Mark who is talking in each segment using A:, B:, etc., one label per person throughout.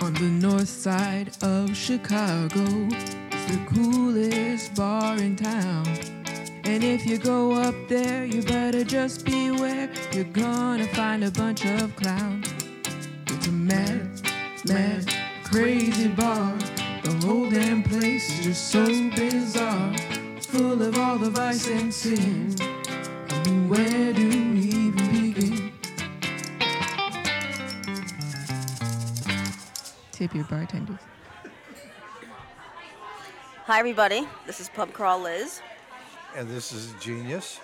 A: On the north side of Chicago, it's the coolest bar in town. And if you go up there, you better just beware. You're gonna find a bunch of clowns. It's a mad, mad, crazy bar. The whole damn place is just so bizarre. Full of all the vice and sin. I mean, where do we even begin? Tip your bartenders.
B: Hi, everybody. This is Pub Crawl Liz.
C: And this is Genius.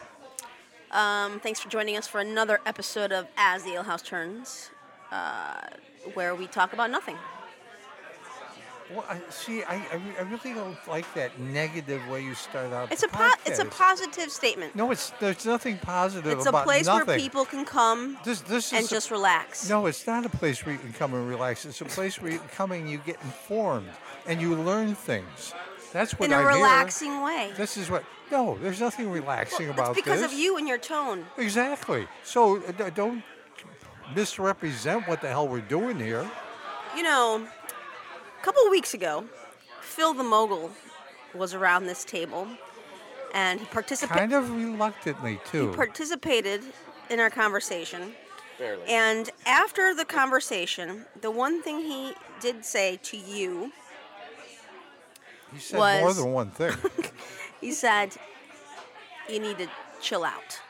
B: Um, thanks for joining us for another episode of As the Ale House Turns, uh, where we talk about nothing.
C: Well, I, see, I, I, re- I really don't like that negative way you start out.
B: It's
C: the
B: a po- it's a
C: podcast.
B: positive statement.
C: No, it's there's nothing positive
B: it's a
C: about
B: place
C: nothing.
B: where people can come
C: This this
B: and
C: is
B: just
C: a,
B: relax.
C: no, it's not a place where you can come and relax. It's a place where you can come and you get informed and you learn things. That's what
B: in a
C: I'm here.
B: relaxing way.
C: This is what. No, there's nothing relaxing
B: Well,
C: about
B: it's because
C: this.
B: of you and your tone.
C: Exactly. So uh, d- don't misrepresent what the hell we're doing here.
B: You know, a couple of weeks ago, Phil the Mogul was around this table, and he participated.
C: Kind of reluctantly too.
B: participated in our conversation.
D: Barely.
B: And after the conversation, the one thing he did say to you,
C: He said more
B: was-
C: than one thing.
B: he said, You need to chill out.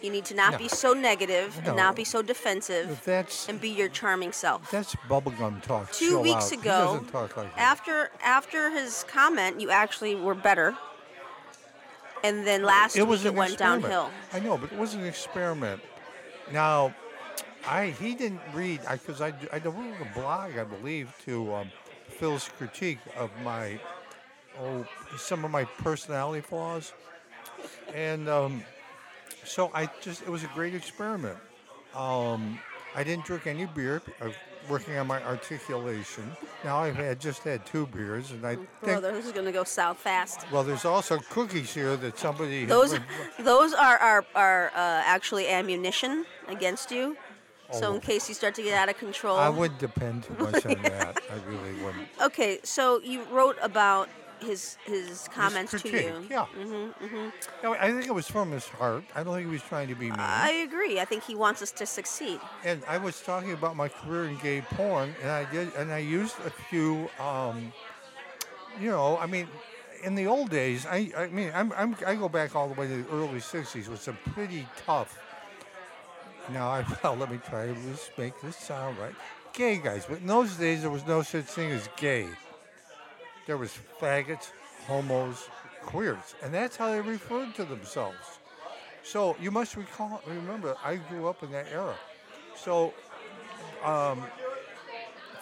B: You need to not
C: No.
B: be so negative
C: No.
B: and not be so defensive
C: But that's-
B: and be your charming self.
C: That's bubblegum talk.
B: Two
C: chill
B: weeks
C: out. He
B: ago,
C: doesn't talk like that.
B: after after his comment, you actually were better. And then last
C: it was
B: week
C: an
B: it went
C: experiment.
B: downhill.
C: I know, but it was an experiment. Now, I he didn't read because I d- I wrote a blog I believe to um, Phil's critique of my oh some of my personality flaws, and um, so I just it was a great experiment. Um, I didn't drink any beer. I was working on my articulation. Now I've had just had two beers, and I think
B: Mm, Brother, this is going to go south fast.
C: well, there's also cookies here that somebody
B: Those, those are are, are uh, actually ammunition against you. So in case you start to get out of control.
C: Oh. I wouldn't depend too much on that. I really wouldn't.
B: okay, so you wrote about his his comments to
C: critique,
B: you. Mm-hmm,
C: yeah. No, I think it was from his heart. I don't think he was trying to be mean.
B: I agree. I think he wants us to succeed.
C: and I was talking about my career in gay porn, and I did, and I used a few, um, you know, I mean, in the old days, I, I mean, I'm, I'm, I go back all the way to the early '60s with some pretty tough. Now, I, well, let me try to just make this sound right. Gay guys, but in those days there was no such thing as gay. There was faggots, homos, queers, and that's how they referred to themselves. So you must recall, remember, I grew up in that era. So, um,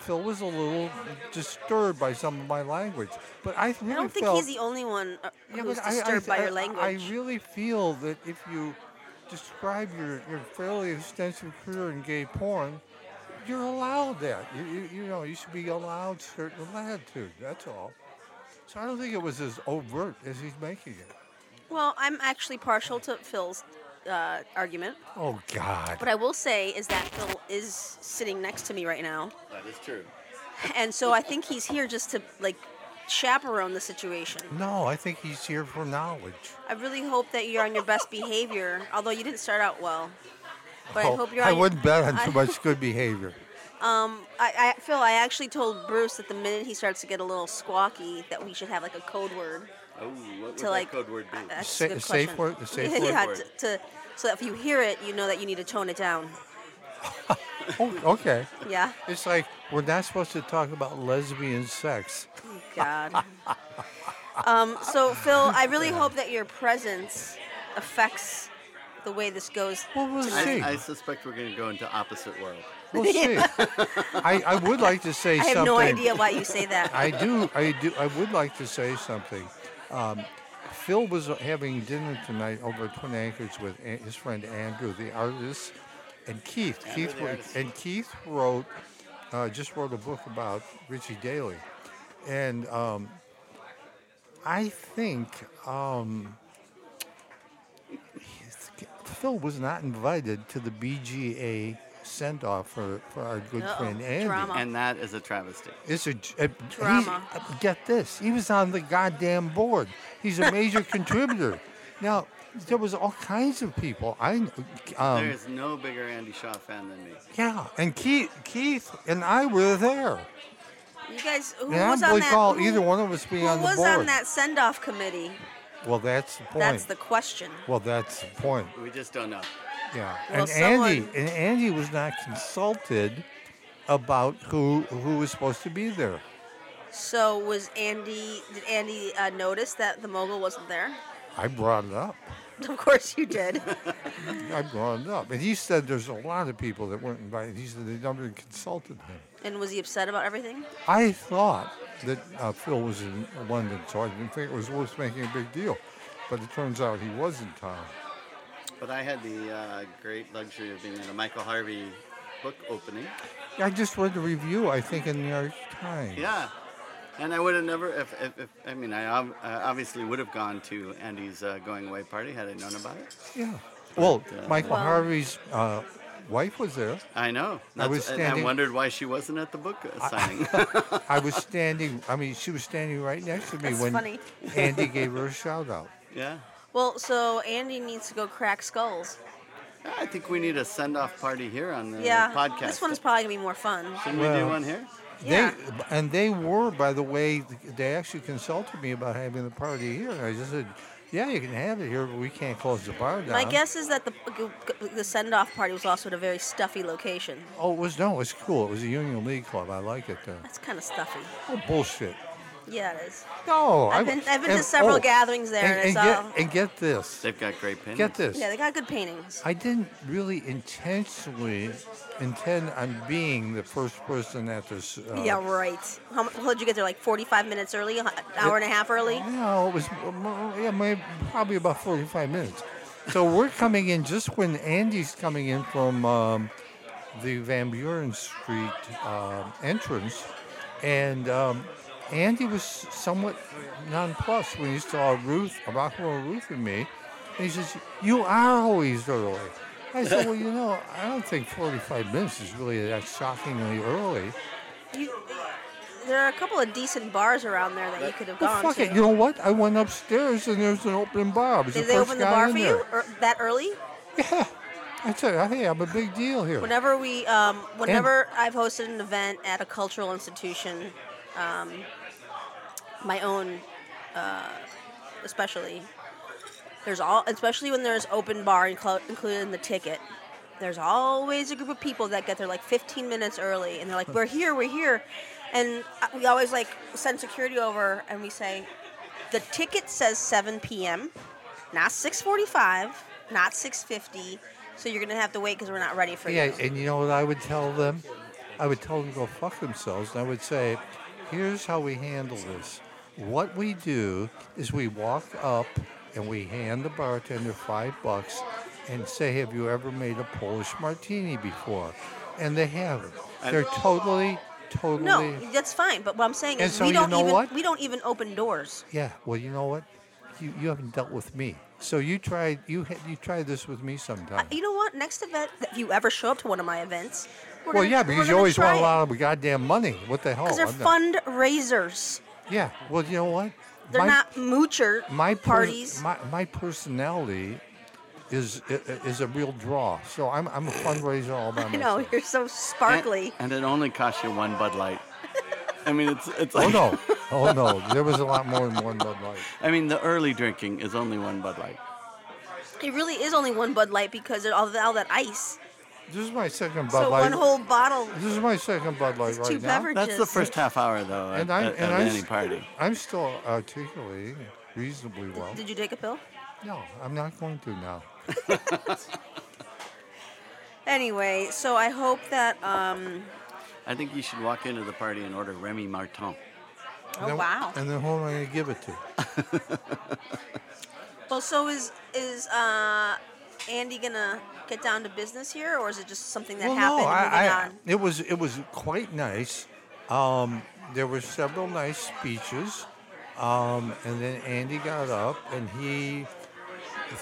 C: Phil was a little disturbed by some of my language, but I really
B: I don't think
C: felt,
B: he's the only one uh,
C: Yeah,
B: who's
C: but I- I-
B: disturbed by
C: I-
B: your language.
C: I really feel that if you describe your, your fairly extensive career in gay porn, you're allowed that. You, you, you know, you should be allowed certain latitude. That's all. So I don't think it was as overt as he's making it.
B: well, I'm actually partial to Phil's uh, argument.
C: Oh God.
B: What I will say is that Phil is sitting next to me right now,
D: That is true.
B: and so I think he's here just to like chaperone the situation.
C: No, I think he's here for knowledge.
B: I really hope that you're on your best behavior, although you didn't start out well. But I
C: Oh,
B: hope you're.
C: I
B: on your-
C: wouldn't bet on too
B: I-
C: much good behavior.
B: Um, I, I Phil, I actually told Bruce that the minute he starts to get a little squawky, that we should have like a code word.
D: Oh, what would
B: To,
D: that
B: like-
D: code word be?
B: Uh, That's
C: Sa-
B: a good
C: safe
B: question.
C: word- a safe
B: yeah,
C: word?
B: yeah, to, to- so that if you hear it, you know that you need to tone it down.
C: Oh, okay.
B: Yeah.
C: It's like we're not supposed to talk about lesbian sex.
B: Oh, God. um, so Phil, I really hope that your presence affects the way this goes.
C: Well, we'll see.
D: I, I suspect we're going to go into opposite world.
C: we'll see. I, I would like to say
B: I have
C: something.
B: no idea why you say that.
C: I do. I do. I would like to say something. Um, Phil was having dinner tonight over at Twin Anchors with a- his friend Andrew, the artist, and Keith. Keith
D: the
C: wrote-
D: artist.
C: and Keith wrote uh, just wrote a book about Richie Daly, and um, I think um, Phil was not invited to the BGA send off for, for our good
B: Uh-oh,
C: friend Andy.
B: drama.
D: And that is a travesty.
C: It's a j- a-
B: Drama.
C: he- uh, get this. He was on the goddamn board. He's a major contributor. Now there was all kinds of people. I kn- um,
D: there is no bigger Andy Shaw fan than me.
C: yeah, and Keith, Keith and I were there.
B: You guys, who
C: And I
B: was on
C: don't believe
B: that?
C: all-
B: who-
C: either one of us being
B: who
C: on the
B: was
C: board.
B: on that send-off committee?
C: Well, that's the point.
B: That's the question.
C: well, that's the point.
D: We just don't know.
C: Yeah,
B: Well,
C: and Andy
B: someone-
C: and Andy was not consulted about who who was supposed to be there.
B: So was Andy? Did Andy uh, notice that the mogul wasn't there?
C: I brought it up.
B: Of course you did.
C: I brought it up, and he said there's a lot of people that weren't invited. He said they never consulted him.
B: and was he upset about everything?
C: I thought that uh, Phil was in London, so I didn't think it was worth making a big deal. But it turns out he was in town.
D: But I had the uh, great luxury of being at a Michael Harvey book opening.
C: I just read the review, I think, in the New York Times.
D: Yeah. And I would have never, if, if, if I mean, I ob- uh, obviously would have gone to Andy's uh, going away party had I known about it.
C: Yeah. Well, Michael
B: Well-
C: Harvey's uh, wife was there.
D: I know.
C: I was
D: That's- and I
C: standing-
D: wondered why she wasn't at the book signing.
C: I was standing, I mean, she was standing right next to me
B: That's
C: when
B: funny.
C: Andy gave her a shout out.
D: yeah.
B: Well, so Andy needs to go crack skulls.
D: I think we need a send off party here on the
B: yeah,
D: podcast.
B: this one's probably gonna be more fun.
D: Can we
C: Well-
D: do one here?
B: Yeah.
C: They, and they were, by the way, they actually consulted me about having the party here. And I just said, yeah, you can have it here, but we can't close the bar down.
B: My guess is that the the send-off party was also at a very stuffy location.
C: Oh, it was, no, it was cool. It was a Union League club. I like it there.
B: That's kind of stuffy.
C: Oh, bullshit.
B: Yeah, it is.
C: No.
B: I've
C: I-
B: been- I've been to
C: and- oh,
B: several gatherings there, and
C: And,
B: it's
C: get,
B: all-
C: and get this.
D: They've got great pins.
C: Get this.
B: Yeah, they got good paintings.
C: I didn't really intentionally intend on being the first person at this. Uh,
B: yeah, right. How, mu- how did you get there? Like 45 minutes early, an hour and a half early.
C: No, it was uh, yeah, maybe, probably about 45 minutes. So we're coming in just when Andy's coming in from um, the Van Buren Street um entrance, and um, Andy was somewhat nonplussed when he saw Ruth, Rockwell Ruth, and me, and he says, "You are always early." I said, "Well, you know, I don't think 45 minutes is really that shockingly early."
B: You, there are a couple of decent bars around there that you could have
C: Well,
B: gone
C: fuck
B: to.
C: it. You know what? I went upstairs and there's an open bar. I was
B: Did
C: the
B: they
C: first
B: open the
C: guy
B: bar
C: in
B: for
C: there.
B: you er, that early?
C: I tell you, hey, I'm a big deal here.
B: Whenever we, um, whenever I've hosted an event at a cultural institution, um, my own, uh, especially, there's all, especially when there's open bar inclu- included in the ticket. There's always a group of people that get there like 15 minutes early, and they're like, "We're here, we're here," and uh, we always like send security over, and we say, "The ticket says 7 p.m." not 645 not 650 so you're gonna have to wait because we're not ready for
C: yeah,
B: you
C: and you know what I would tell them? I would tell them to go fuck themselves, and I would say, here's how we handle this. What we do is we walk up and we hand the bartender five bucks and say, have you ever made a Polish martini before? And they haven't. They're totally, totally.
B: no that's fine but what i'm saying
C: And
B: is
C: so
B: we
C: you
B: don't
C: know
B: even
C: what?
B: we don't even open doors
C: Yeah. Well, you know what? You, you haven't dealt with me. So you tried you ha- you try this with me sometime.
B: you know what next event if you ever show up to one of my events we're
C: Well,
B: gonna-
C: yeah,
B: we're
C: because you
B: gonna
C: always
B: try
C: want Oh, a lot of goddamn money. What the hell?
B: because they're
C: I'm not-
B: fundraisers
C: Yeah. Well, you know what?
B: they're not moocher
C: my per-
B: parties
C: my my personality is i- i- is a real draw. So I'm I'm a fundraiser all by
B: i know
C: myself.
B: you're so sparkly
D: And, and it only costs you one Bud Light. I mean, it's it's like,
C: Oh no! Oh no! There was a lot more than one Bud Light.
D: I mean, the early drinking is only one Bud Light.
B: it really is only one bud light because of all, the, all that ice
C: This is my second Bud
B: so
C: Light.
B: one whole bottle
C: this is my second Bud Light
B: It's
C: right
B: two
C: now.
B: beverages.
D: That's the
B: Just-
D: first half hour, though, at,
C: And I'm
D: at-
C: and
D: of
C: I'm
D: any
C: s-
D: party.
C: I'm still articulating reasonably well.
B: did Oh, you take a pill
C: No, I'm not going to now.
B: anyway so i hope that um
D: I think you should walk into the party and order Remy Martin.
B: oh
C: Then-
B: wow
C: And then who am I going to give it to?
B: Well, so is is uh, Andy gonna get down to business here, or is it just something that happened? and moving on?
C: it was it was quite nice. Um, there were several nice speeches, um, and then Andy got up and he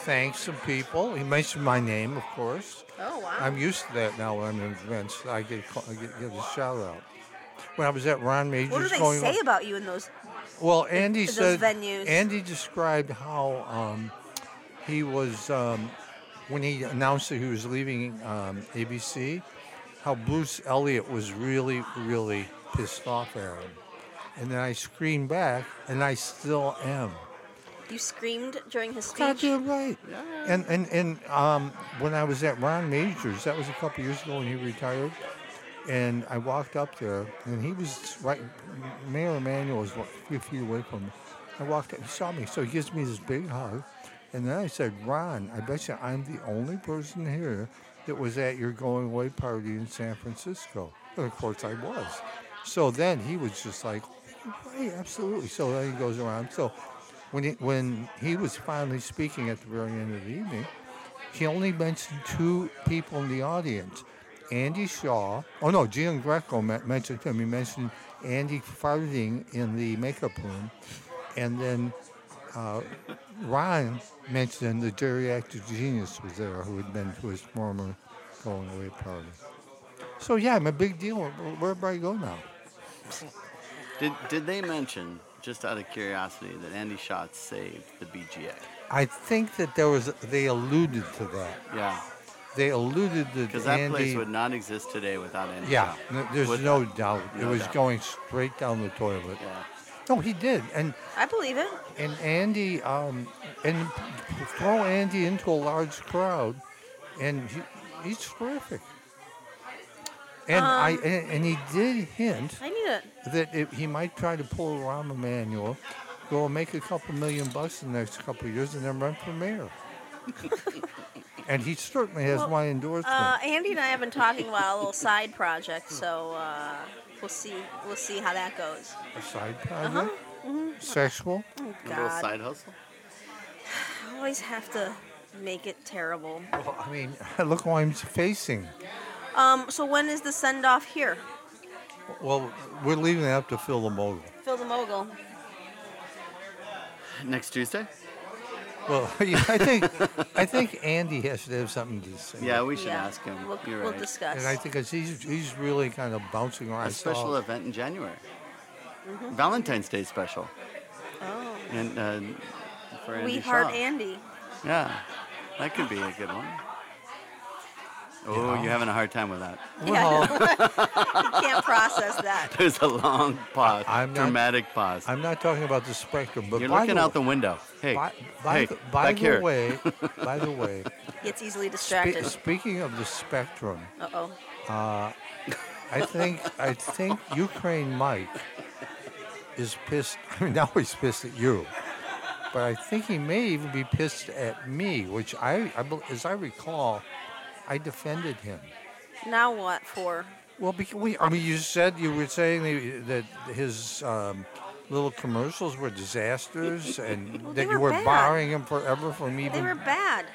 C: thanked some people. He mentioned my name, of course.
B: Oh wow.
C: I'm used to that now when I'm in events. I get call, I get, get a shout out. When I was at Ron Major's,
B: what do they
C: going
B: say about you in those?
C: well, Andy
B: those
C: said
B: venues?
C: Andy described how um, he was um, when he announced that he was leaving um, ABC. How Bruce Elliott was really, really pissed off at him, and then I screamed back, and I still am.
B: You screamed during his speech.
C: Goddamn right. And and and um, when I was at Ron Majors, that was a couple years ago when he retired, and I walked up there, and he was right. Mayor Emanuel was what, a few feet away from me. I walked up, he saw me, so he gives me this big hug, and then I said, "Ron, I bet you I'm the only person here that was at your going away party in San Francisco." And of course, I was. So then he was just like, "Right, absolutely." So then he goes around. So when he, when he was finally speaking at the very end of the evening, he only mentioned two people in the audience. Andy Shaw. Oh no, Gian Greco me- mentioned him. He mentioned Andy farting in the makeup room, and then uh, Ron mentioned the geriatric genius was there, who had been to his former going away party. So yeah, I'm a big deal where- wherever I go now.
D: Did, did they mention, just out of curiosity, that Andy Schatz saved the BGA?
C: I think that there was they alluded to that.
D: Yeah,
C: They alluded to
D: because that
C: Andy.
D: place would not exist today without Andy.
C: Yeah,
D: Schatz.
C: n- there's
D: Would
C: no
D: not.
C: doubt. It
D: No
C: was
D: doubt.
C: going straight down the toilet.
D: Yeah.
C: No, he did, and
B: I believe it.
C: and Andy, um, and throw Andy into a large crowd, and he, he's terrific. And I
B: Um,
C: and, and he did hint
B: I need a.
C: that it, he might try to pull a Rahm Emanuel, go and make a couple million bucks in the next couple of years, and then run for mayor. and he certainly has
B: Well,
C: my endorsement.
B: Uh, Andy and I have been talking about a little side project, so uh, we'll see. We'll see how that goes.
C: a side
B: uh-huh,
C: project,
B: mm-hmm.
C: sexual.
B: Oh
D: A little
B: God,
D: side hustle?
B: I always have to make it terrible.
C: Well, I mean, look who I'm facing.
B: Um, so when is the send off here?
C: Well, we're leaving that up to Phil the Mogul.
B: Phil the mogul.
D: Next Tuesday?
C: Well, yeah, I think I think Andy has to have something to say.
D: Yeah, we should
B: yeah,
D: ask him.
B: We'll,
D: You're
B: we'll
D: right.
B: discuss.
C: and I think it's, he's he's really kind of bouncing around.
D: a special event in January.
B: Mm-hmm.
D: Valentine's Day special.
B: oh.
D: And uh, for Andy
B: We heart
D: Shaw.
B: Andy.
D: Yeah, that could be a good one. Oh, you're having a hard time with that.
C: Well,
B: Can't process that.
D: There's a long pause,
C: I'm not-
D: dramatic pause.
C: I'm not talking about the spectrum, but
D: you're
C: by
D: looking
C: the,
D: out the window. Hey,
C: By, by
D: hey,
C: the, by
D: back
C: the
D: here.
C: way, by the way,
B: Gets easily
C: spe-
B: distracted.
C: speaking of the spectrum,
B: Uh oh.
C: I think I think Ukraine Mike is pissed. I mean, now he's pissed at you, but I think he may even be pissed at me, which I, I bel- as I recall, I defended him.
B: Now what for?
C: Well, because we, I mean, you said you were saying that- that his um, little commercials were disasters, and
B: Well, they
C: that you
B: were
C: were
B: bad.
C: barring him forever from
B: They
C: even.
B: were bad.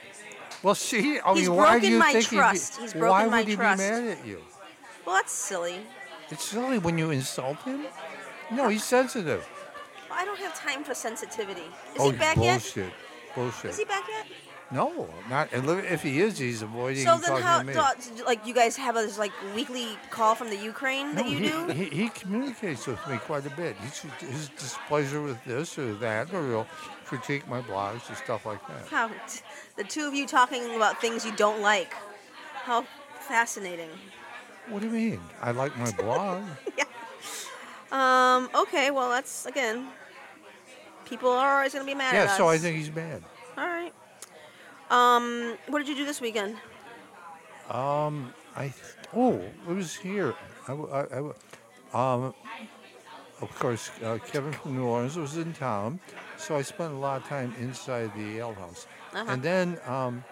C: well, see, I mean,
B: He's
C: why do
B: broken
C: you
B: my
C: think he'd be-
B: trust. He's broken
C: why
B: my
C: would he
B: trust.
C: be mad at you?
B: Well, that's silly.
C: It's silly when you insult him. No, he's sensitive.
B: Well, I don't have time for sensitivity. Is
C: oh,
B: he back
C: bullshit.
B: yet?
C: Bullshit.
B: Is he back yet?
C: No, not. and li- If he is, he's avoiding
B: so
C: talking
B: then, how
C: to me.
B: do, like you guys have a this, like weekly call from the Ukraine that
C: No,
B: you
C: he,
B: do?
C: He, he communicates with me quite a bit. He's, his displeasure with this or that, or he'll critique my blogs and stuff like that.
B: How the two of you talking about things you don't like? How fascinating.
C: What do you mean? I like my blog.
B: Um. Okay. Well, that's again. People are always gonna be mad at
C: yeah,
B: us.
C: so I think he's mad.
B: All right. Um. What did you do this weekend?
C: I th- oh, it was here. I, w- I- I w- um, of course, uh, Kevin from New Orleans was in town, so I spent a lot of time inside the Yale House,
B: Uh-huh.
C: and then um,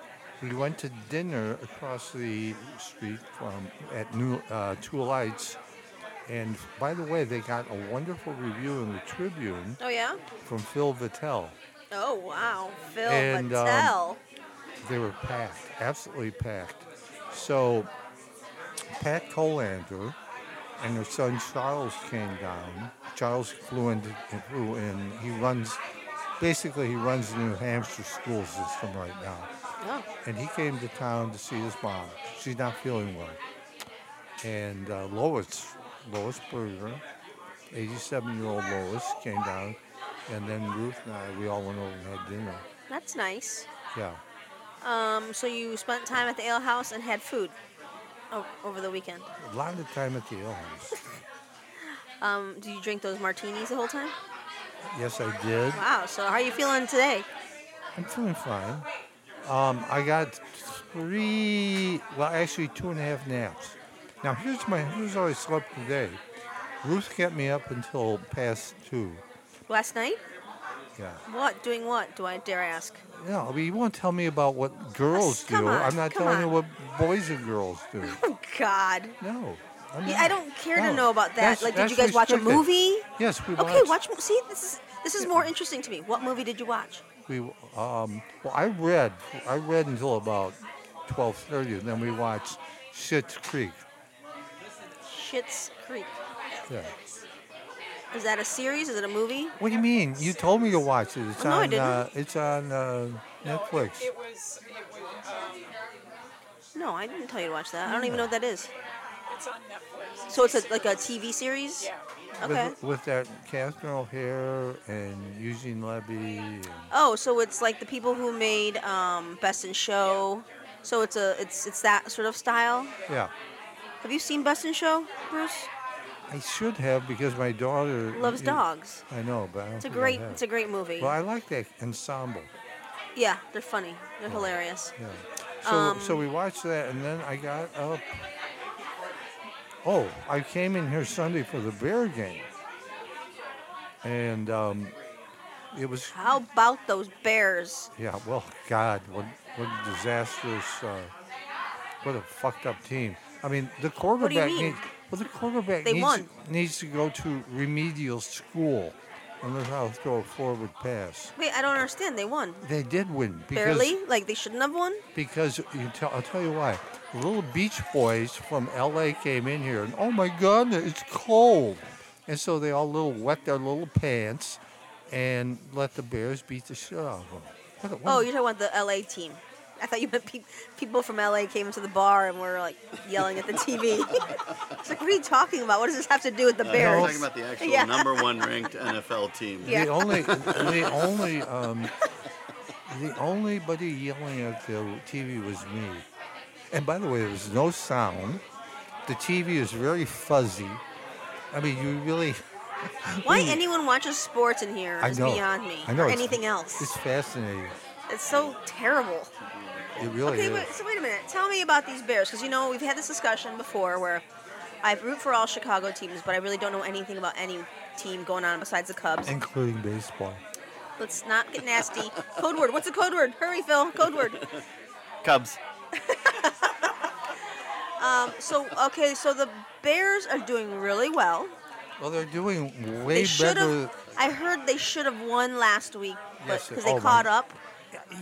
C: we went to dinner across the street from at New uh, Two Lights. And by the way, they got a wonderful review in the Tribune
B: Oh yeah.
C: from Phil Vitale.
B: Oh wow, Phil
C: And, um,
B: Mattel.
C: They were packed, absolutely packed. So Pat Colander and her son Charles came down. Charles flew in. Flew in. He runs basically he runs the New Hampshire school system right now.
B: Oh.
C: And he came to town to see his mom. She's not feeling well. And uh, Lois, Lois Berger, 87 year old Lois, came down. And then Ruth and I, we all went over and had dinner.
B: That's nice.
C: Yeah.
B: Um, so you spent time at the ale house and had food o- over the weekend.
C: A lot of time at the ale house.
B: Um, do you drink those martinis the whole time?
C: Yes, I did.
B: Wow. So how are you feeling today?
C: I'm feeling fine. Um, I got three, well, actually two and a half naps. Now here's my here's how I slept today. Ruth kept me up until past two.
B: Last night?
C: Yeah.
B: What? Doing what? Do I dare I ask?
C: No, I mean, you won't tell me about what girls
B: come
C: do.
B: on,
C: I'm not
B: come
C: telling you
B: on.
C: what boys and girls do.
B: Oh God.
C: No. I'm
B: Yeah,
C: not.
B: I don't care
C: No.
B: to know about that.
C: That's-
B: like, did you
C: that's
B: guys watch a
C: restricted.
B: movie?
C: Yes, we
B: Okay,
C: watched.
B: watch. mo- See, this is this is more interesting to me. What movie did you watch?
C: We um, well, I read I read until about twelve thirty, and then we watched Schitt's Creek.
B: Shit's Creek.
C: Yeah.
B: Is that a series? Is it a movie?
C: What do you mean? You told me to watch it. It's
B: Oh, No, I
C: on.
B: didn't.
C: Uh, it's on uh, Netflix.
E: It was, it was um,
B: No, I didn't tell you to watch that. I don't even know what that is.
E: it's on Netflix.
B: So it's a, like a TV series.
E: Yeah.
B: Okay.
C: With, with that Catherine O'Hare and Eugene Levy. And,
B: Oh, so it's like the people who made um, Best in Show. So it's a it's it's that sort of style.
C: yeah,
B: Have you seen Best in Show, Bruce?
C: I should have because my daughter
B: Loves
C: you-
B: dogs.
C: I know, but I don't
B: It's a
C: think I
B: great
C: have.
B: it's a great movie.
C: Well, I like that ensemble.
B: Yeah, they're funny. They're hilarious.
C: Yeah. So so we watched that, and then I got up. Oh, I came in here Sunday for the bear game, and um, it was
B: How about those bears?
C: Yeah, well, God, what what a disastrous, uh, what a fucked up team. I mean, the quarterback
B: mean?
C: needs. Well, the quarterback
B: They
C: needs,
B: won.
C: needs to go to remedial school and learn how to throw a forward pass.
B: Wait, I don't understand. They won.
C: They did win because
B: Barely? Like they shouldn't have won?
C: because you tell, I'll tell you why. The little beach boys from L.A. came in here, and oh my God, it's cold, and so they all little wet their little pants, and let the Bears beat the shit out of them. What a- what a
B: Oh, you're talking about the LA team. I thought you meant pe- people from LA came into the bar and were like yelling at the TV. it's like, what are you talking about? What does this have to do with the
D: We're
B: Bears?
D: talking about the actual
B: Yeah.
D: number one ranked NFL team.
B: Yeah.
C: The only, the only, um, the only buddy yelling at the TV was me. And by the way, there was no sound. The TV is very fuzzy. I mean, you really.
B: Why anyone watches sports in here
C: I
B: is
C: know.
B: beyond me.
C: I know.
B: Or
C: it's-
B: anything else.
C: It's
B: It's,
C: fascinating.
B: so terrible.
C: It really
B: Okay,
C: is.
B: wait, so wait a minute. Tell me about these Bears, because you know we've had this discussion before where I root for all Chicago teams, but I really don't know anything about any team going on besides the Cubs.
C: Including baseball.
B: Let's not get nasty. code word. What's the code word? Hurry, Phil. Code word.
D: Cubs.
B: So okay, so the Bears are doing really well.
C: Well, they're doing way
B: They should
C: better.
B: have. I heard they should have won last week, but
C: Yes,
B: because
C: oh
B: they
C: my-
B: caught up.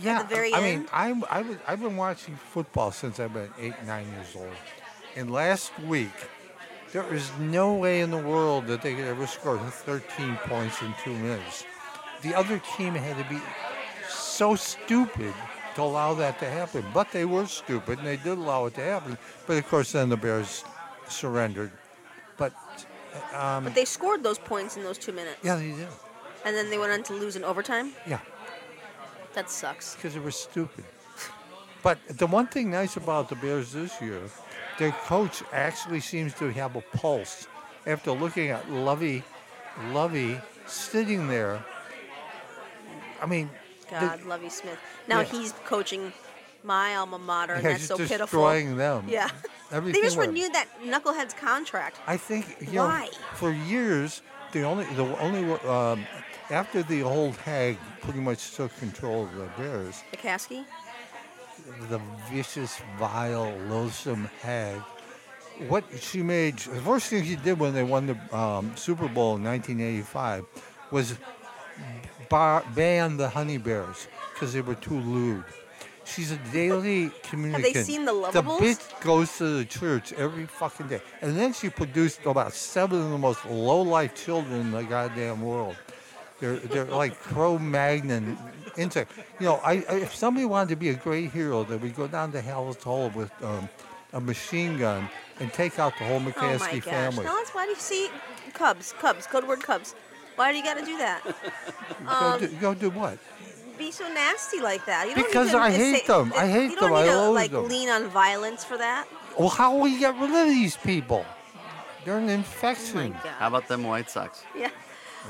C: Yeah,
B: the very
C: I
B: end?
C: mean, I'm, I was, I've been watching football since I've been eight, nine years old. And last week, there is no way in the world that they could ever score 13 points in two minutes. The other team had to be so stupid to allow that to happen. But they were stupid, and they did allow it to happen. But of course, then the Bears surrendered. But
B: But they scored those points in those two minutes,
C: Mm. yeah, they did.
B: and then they went on to lose in overtime.
C: Yeah.
B: That sucks.
C: because they were stupid. But the one thing nice about the Bears this year, their coach actually seems to have a pulse. After looking at Lovey, Lovey sitting there, I mean, the-
B: God, Lovey Smith. Now
C: Yeah.
B: he's coaching my alma mater, and
C: Yeah,
B: that's
C: he's
B: so
C: destroying
B: pitiful.
C: them.
B: Yeah.
C: Everything
B: they just
C: went-
B: renewed that knucklehead's contract.
C: I think you
B: Why?
C: know for years the only the only um, after the old hag pretty much took control of the Bears,
B: McCaskey.
C: the vicious, vile, loathsome hag. What she made, the first thing she did when they won the um, Super Bowl in 1985 was bar, ban the honey bears because they were too lewd. She's a daily communicant.
B: seen the
C: The
B: Lovables?
C: bitch goes to the church every fucking day. And then she produced about seven of the most low life children in the goddamn world. They're, they're like Cro-Magnon insect. You know, I, I, if somebody wanted to be a great hero, they would go down to Hallett's Hole with um, a machine gun and take out the whole
B: Oh
C: McCaskey
B: my gosh.
C: family.
B: No, that's why do you see Cubs, Cubs, code word Cubs. Why do you got to do that? Um,
C: go, do, go do what?
B: Be so nasty like that. You don't
C: Because
B: even
C: I
B: to
C: hate
B: say-
C: them. I hate
B: you don't
C: them. I
B: Need to,
C: loathe
B: like
C: them.
B: lean on violence for that.
C: Well, how will you get rid of these people? They're an
B: Oh my
C: infection.
D: How
B: God.
D: about them White Sox?
B: Yeah.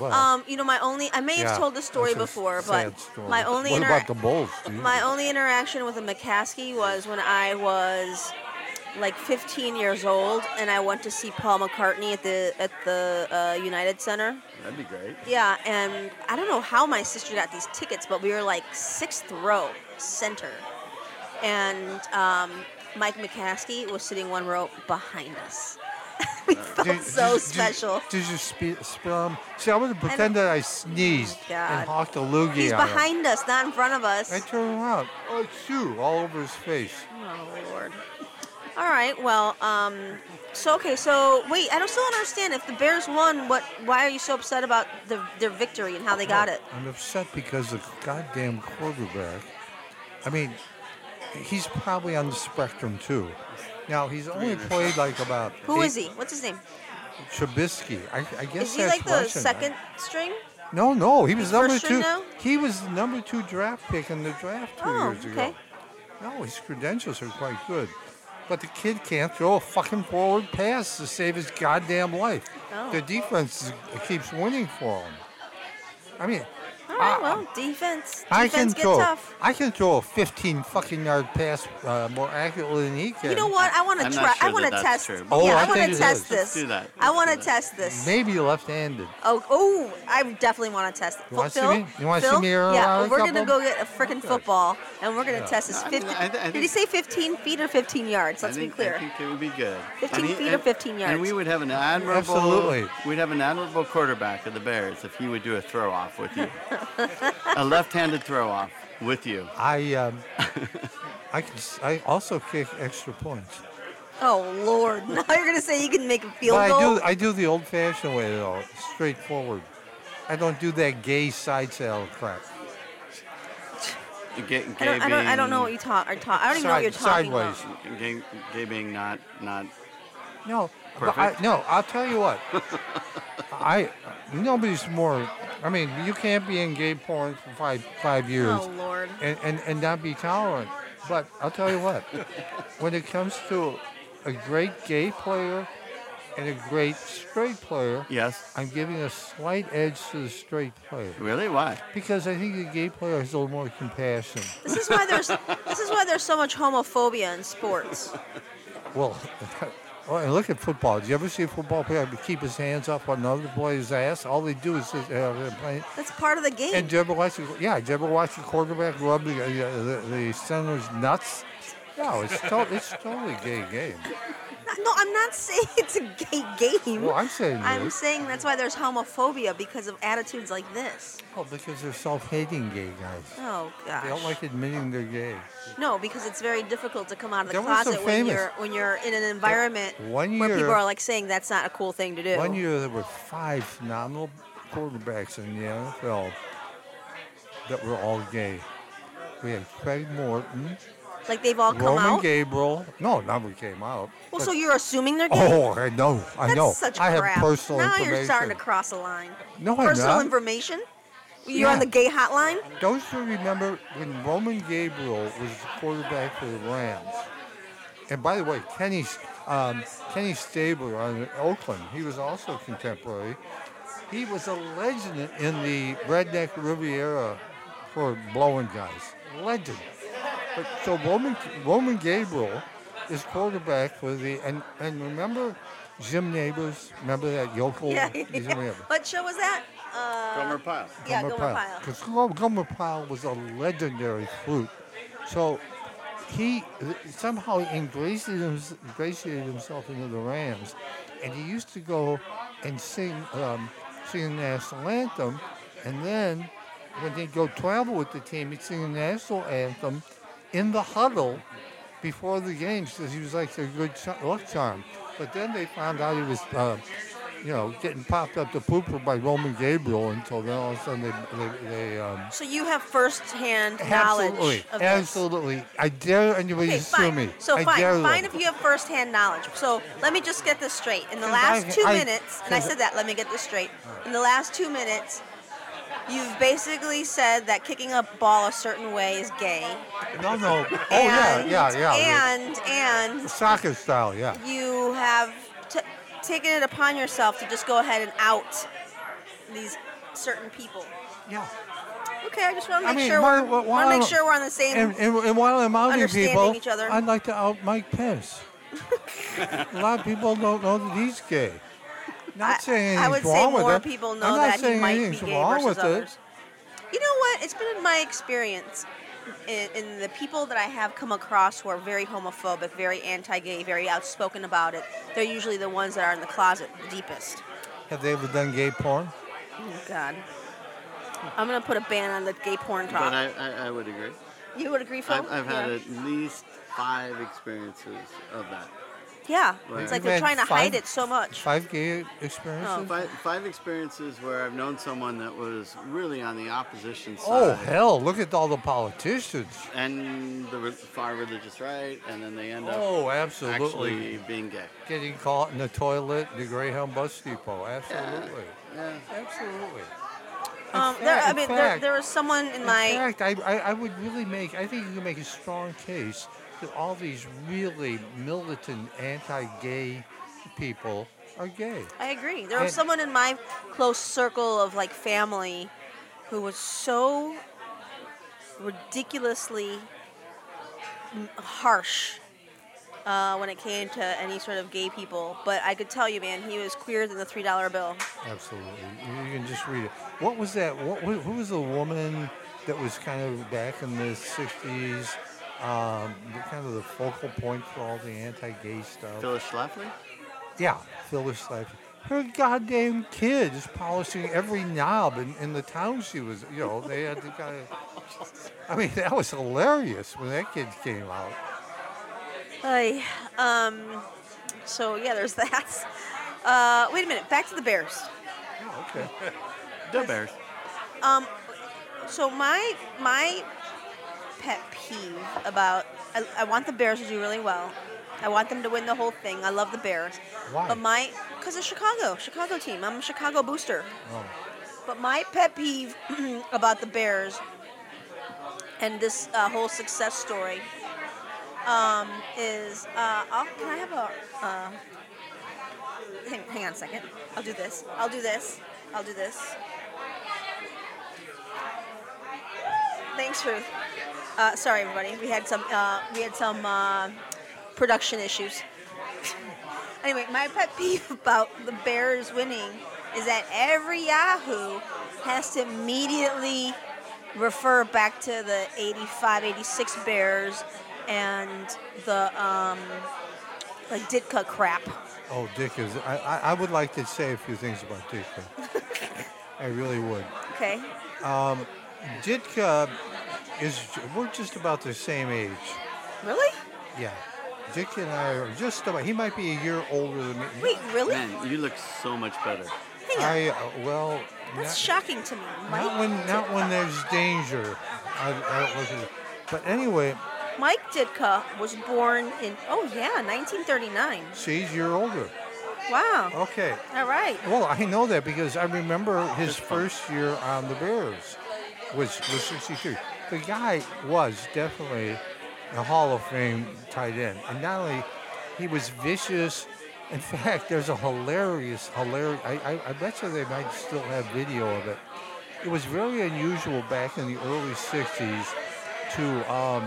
C: Well,
B: Um, you know, my only I may have
C: yeah,
B: told this story
C: that's a
B: before,
C: sad
B: but
C: story.
B: my only
C: What
B: interaction.
C: about the Bulls, dude?
B: My only interaction with a McCaskey was when I was like 15 years old, and I went to see Paul McCartney at the at the uh, United Center.
D: That'd be great.
B: Yeah, and I don't know how my sister got these tickets, but we were like sixth row, center, and um, Mike McCaskey was sitting one row behind us. we felt
C: Did-
B: so
C: did- did-
B: special.
C: Did, you spe- sperm? See, I'm gonna pretend that I sneezed and
B: Oh God.
C: hawked a loogie
B: He's
C: on him.
B: behind us, not in front of us.
C: I turned around. Oh, shoot! All over his face.
B: Oh Lord. All right. Well, um, so okay. So wait, I don't still don't understand. If the Bears won, what? Why are you so upset about the, their victory and how they got it?
C: I'm upset because the goddamn quarterback. I mean, he's probably on the spectrum too. Now he's only played like about.
B: Who
C: eight-
B: is he? What's his name?
C: Trubisky. I, I guess
B: Is he
C: that's
B: like the
C: Russian.
B: second string?
C: No, no, he was
B: He's
C: number
B: first string
C: two.
B: now?
C: He was the number two draft pick in the draft two
B: Oh,
C: years
B: okay.
C: ago. No, his credentials are quite good, but the kid can't throw a fucking forward pass to save his goddamn life.
B: Oh.
C: The defense is- keeps winning for him. I mean,
B: All right.
C: I-
B: well, defense.
C: Ah, I
B: Defense get
C: can throw.
B: tough.
C: I can throw a 15 fucking yard pass uh, more accurately than he can.
B: You know what? I want to
D: I'm not
B: try.
D: sure
B: I want to
D: that
B: test.
D: that's true, but-
C: Oh,
B: yeah,
C: I
B: I want
C: think it
B: to
C: is.
B: test this.
D: Let's do that.
B: I
D: Let's
B: want to
D: do that.
B: test this.
C: Maybe left-handed.
B: Oh, oh, I definitely want to test it.
C: You wanna see
B: Phil,
C: me? You wanna see
B: Phil?
C: me around
B: Yeah,
C: a
B: we're gonna
C: couple?
B: go get a freaking football, and we're gonna test this.
D: No, I
B: 50,
D: think- I thi- I
B: did
D: think-
B: he say 15 feet or 15 yards? Let's
D: I think,
B: be clear.
D: I think it would be good.
B: 15
D: he-
B: feet or 15 yards.
D: And we would have an admirable.
C: Absolutely.
D: We'd have an admirable quarterback of the Bears if he would do a throw off with you, a left-handed throw off with you.
C: I um, I can. s- I also kick extra points.
B: oh Lord! Now you're gonna say you can make a field
C: But I
B: goal?
C: do I do the old fashioned way though, straightforward. I don't do that gay side saddle crap.
D: Gay,
B: I don't, I don't. I don't know what you talk. Or talk. I don't even know what you're
C: Side-
B: talking
C: sideways.
B: about.
D: being- Gay, gay being not not.
C: No, but I,
D: Perfect.
C: no. I'll tell you what. I nobody's more. I mean, you can't be in gay porn for five five years
B: Oh Lord!
C: and, and and not be tolerant. But I'll tell you what. when it comes to a great gay player and a great straight player,
D: Yes.
C: I'm giving a slight edge to the straight player
D: Really? Why?
C: because I think the gay player has a little more compassion.
B: This is why there's. this is why there's so much homophobia in sports.
C: Well, well, and look at football. Did you ever see a football player keep his hands up on another player's ass? All they do is just, uh, they're playing.
B: That's part of the game.
C: And did you ever watch? the- Yeah, did you ever watch the quarterback rub the, uh, the, the Senators nuts? No, it's to, it's totally gay game.
B: no, I'm not saying it's a gay game.
C: Well, I'm saying
B: I'm
C: this.
B: saying that's why there's homophobia because of attitudes like this.
C: Oh, because they're self-hating gay guys.
B: Oh gosh.
C: They don't like admitting they're gay.
B: No, because it's very difficult to come out of the
C: There were some
B: closet when
C: famous-
B: you're when you're in an environment
C: one
B: where people
C: year-
B: are like saying that's not a cool thing to do.
C: One year there were five phenomenal quarterbacks in the NFL that were all gay. We had Craig Morton,
B: like they've all come
C: Roman
B: out.
C: Gabriel. No, never came out.
B: Well,
C: but-
B: so you're assuming they're gay.
C: Oh, I know, I
B: that's
C: know.
B: such
C: I have
B: crap.
C: personal
B: now
C: information.
B: you're starting to cross a line.
C: No, I'm
B: personal
C: not.
B: information. You're on
C: Yeah.
B: the gay hotline.
C: Don't you remember when Roman Gabriel was the quarterback for the Rams? And by the way, Kenny um, Kenny Stabler on Oakland, he was also contemporary. He was a legend in the Redneck Riviera for blowing guys. Legend. But so Roman Roman Gabriel is quarterback for the and and remember Jim Neighbors? Remember that yokel?
B: Yeah.
C: Jim Neighbors.
B: What show was that? Uh,
D: Gomer Pyle.
B: yeah,
C: Gomer
B: Gomer
C: Pyle.
B: Pyle.
C: Because Gomer Pyle was a legendary flute. So he uh, somehow ingratiated, him- ingratiated himself into the Rams. And he used to go and sing, um, sing the national anthem. And then when they'd go travel with the team, he'd sing the national anthem in the huddle before the game because he was like their good ch- luck charm. But then they found out he was uh, you know, getting popped up the pooper by Roman Gabriel until then all of a sudden they, they, they um,
B: So you have firsthand knowledge
C: absolutely,
B: of this.
C: absolutely. I dare anybody
B: Okay,
C: to sue
B: fine.
C: me.
B: So
C: I dare
B: fine,
C: them.
B: fine if you have firsthand knowledge. So let me just get this straight. In the
C: And
B: last
C: I-
B: two
C: I-
B: minutes, and I said that. Let me get this straight. In the last two minutes, you've basically said that kicking a ball a certain way is gay.
C: No, no. Oh
B: and,
C: yeah, yeah, yeah.
B: And and
C: Soccer style, yeah.
B: you have t- taken it upon yourself to just go ahead and out these certain people.
C: Yeah.
B: Okay, I just want to
C: I
B: make
C: mean,
B: sure
C: why-
B: we're,
C: why- why
B: want to make
C: don't-
B: sure we're on the same.
C: And, and, and while I'm outing
B: Understanding
C: people,
B: each other.
C: I'd like to out Mike Pence. a lot of people don't know that he's gay. Not
B: I-
C: saying
B: I
C: anything's
B: would say
C: wrong with
B: more
C: it.
B: people
C: I'm
B: know
C: not
B: that he
C: saying
B: might be
C: anything's
B: gay
C: wrong
B: versus
C: with it.
B: others. You know what? It's been in my experience, in, in the people that I have come across who are very homophobic, very anti-gay, very outspoken about it. They're usually the ones that are in the closet the deepest.
C: Have they ever done gay porn?
B: Oh God. I'm gonna put a ban on the gay porn
D: But
B: talk.
D: I, I, I would agree.
B: You would agree, Phil?
D: I've, I've had
B: Oh, yeah.
D: at least five experiences of that.
B: Yeah,
D: Right.
B: it's like
C: You've
B: they're
C: had
B: trying to
C: five-
B: hide it so much. Oh.
C: Five gay experiences?
D: Five, five experiences where I've known someone that was really on the opposition side.
C: Oh, hell, look at all the politicians.
D: And the re- far religious right, and then they end up
C: Oh, absolutely.
D: actually being gay.
C: Getting caught in the toilet in the Greyhound bus depot. Absolutely.
D: Yeah.
C: Absolutely.
B: Um,
C: fact-
B: there, I
C: in
B: mean, there,
C: fact-
B: there was someone in my.
C: In fact, I, I, I would really make, I think you can make a strong case that all these really militant anti gay people are gay.
B: I agree. There was
C: And-
B: someone in my close circle of like family who was so ridiculously m- harsh uh, when it came to any sort of gay people. But I could tell you, man, he was queerer than the three dollar bill.
C: Absolutely. You can just read it. What was that? What, who who was the woman that was kind of back in the 60s, um, kind of the focal point for all the anti gay stuff?
D: Phyllis Schlafly?
C: Yeah, Phyllis Schlafly. Her goddamn kid is polishing every knob in, in the town she was. You know, they had to kind of. I mean, that was hilarious when that kid came out.
B: I, um, so yeah, there's that. Uh, wait a minute. Back to the Bears.
C: Oh, okay.
D: The Bears.
B: Um, so my my pet peeve about I, I want the Bears to do really well. I want them to win the whole thing. I love the Bears.
C: Why?
B: But my because of Chicago, Chicago team. I'm a Chicago booster.
C: Oh.
B: But my pet peeve about the Bears and this uh, whole success story um, is uh, I'll, can I have a uh, hang, hang on a second. I'll do this. I'll do this. I'll do this. Thanks, Ruth. Uh, sorry, everybody. We had some uh, we had some uh, production issues. anyway, my pet peeve about the Bears winning is that every Yahoo has to immediately refer back to the 85, 86 Bears and the um, like Ditka crap.
C: Oh, Dick is. I, I, I would like to say a few things about Ditka. I really would.
B: Okay.
C: Ditka is. We're just about the same age.
B: Really?
C: Yeah. Dick and I are just about. He might be a year older than me.
B: Wait, really?
D: Man, you look so much better.
B: Hang on.
C: I uh, well.
B: That's
C: not-
B: shocking to me. Mike,
C: Not when, not when there's danger. I, I don't look at it. But anyway,
B: Mike Ditka was born in oh yeah, 1939.
C: she's you're older.
B: Wow.
C: Okay.
B: All right.
C: Well, I know that because I remember his first year on the Bears was was 62. The guy was definitely a Hall of Fame tight end, and not only he was vicious. In fact, there's a hilarious, hilarious. I, I, I bet you they might still have video of it. It was very unusual back in the early 60s to um,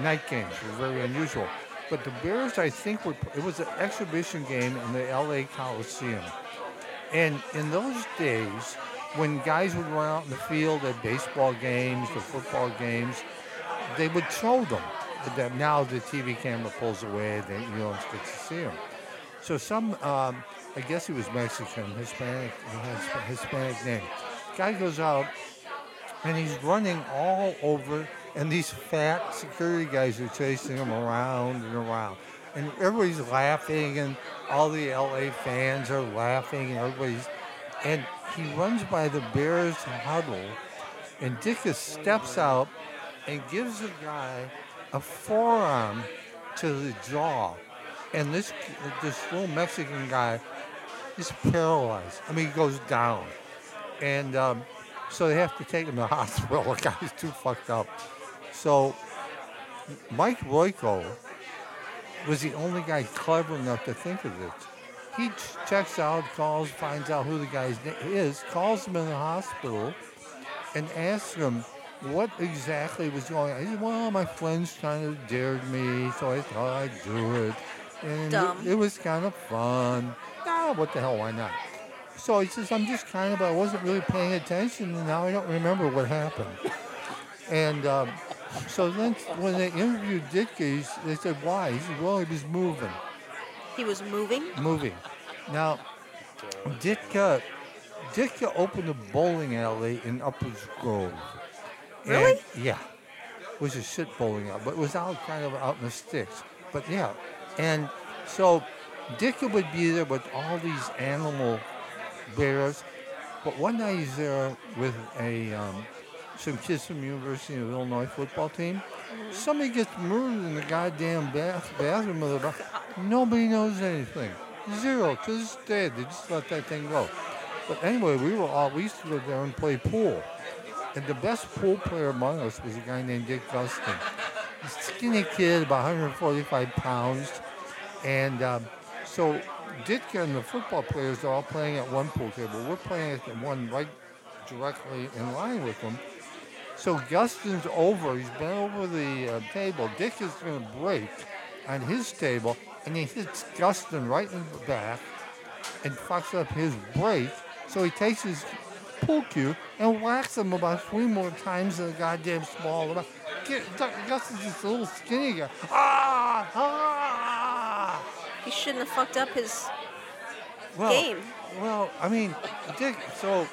C: night games were very unusual. But the Bears, I think, were it was an exhibition game in the LA Coliseum. And in those days, when guys would run out in the field at baseball games, the football games, they would show them. But that now the TV camera pulls away, they, you don't get to see them. So some, um, I guess he was Mexican, Hispanic, he has Hispanic name. Guy goes out and he's running all over, and these fat security guys are chasing him around and around. and everybody's laughing, and all the LA fans are laughing, and everybody's. And he runs by the Bears huddle, and Dickus steps out and gives the guy a forearm to the jaw, and this this little Mexican guy is paralyzed. I mean, he goes down, and um, so they have to take him to the hospital. The guy's too fucked up. So Mike Royko was the only guy clever enough to think of this. He ch- checks out, calls, finds out who the guy is, calls him in the hospital, and asks him what exactly was going on. He said, Well, my friends kind of dared me, so I thought I'd do it. And
B: Dumb.
C: it, it was kind of fun. Ah, what the hell, why not? So he says, I'm just kind of, I wasn't really paying attention, and now I don't remember what happened. And um, so then when they interviewed Ditkins, they said, why? He said, well, he was moving,
B: He was moving.
C: moving. Now, Ditka, Ditka opened a bowling alley in Upper Grove.
B: Really?
C: And, yeah. It was a shit bowling alley, but it was out kind of out in the sticks. But yeah. And so Ditka would be there with all these animal bears. But one night he's there with a um, some kids from University of Illinois football team. Somebody gets murdered in the goddamn bath, bathroom of the bar. Nobody knows anything. Zero to this day. They just let that thing go. But anyway, we were all we used to go there and play pool. And the best pool player among us was a guy named Dick Gustin. A skinny kid, about 145 pounds. And um, so Ditka and the football players are all playing at one pool table. We're playing at the one right directly in line with them. So Gustin's over. He's bent over the uh, table. Dick is going to break on his table, and he hits Gustin right in the back and fucks up his break. So he takes his pool cue and whacks him about three more times in the goddamn small. amount. Get- Gustin's this little skinny guy. Ah! Ah!
B: He shouldn't have fucked up his.
C: well,
B: game.
C: Well, I mean, Dick. So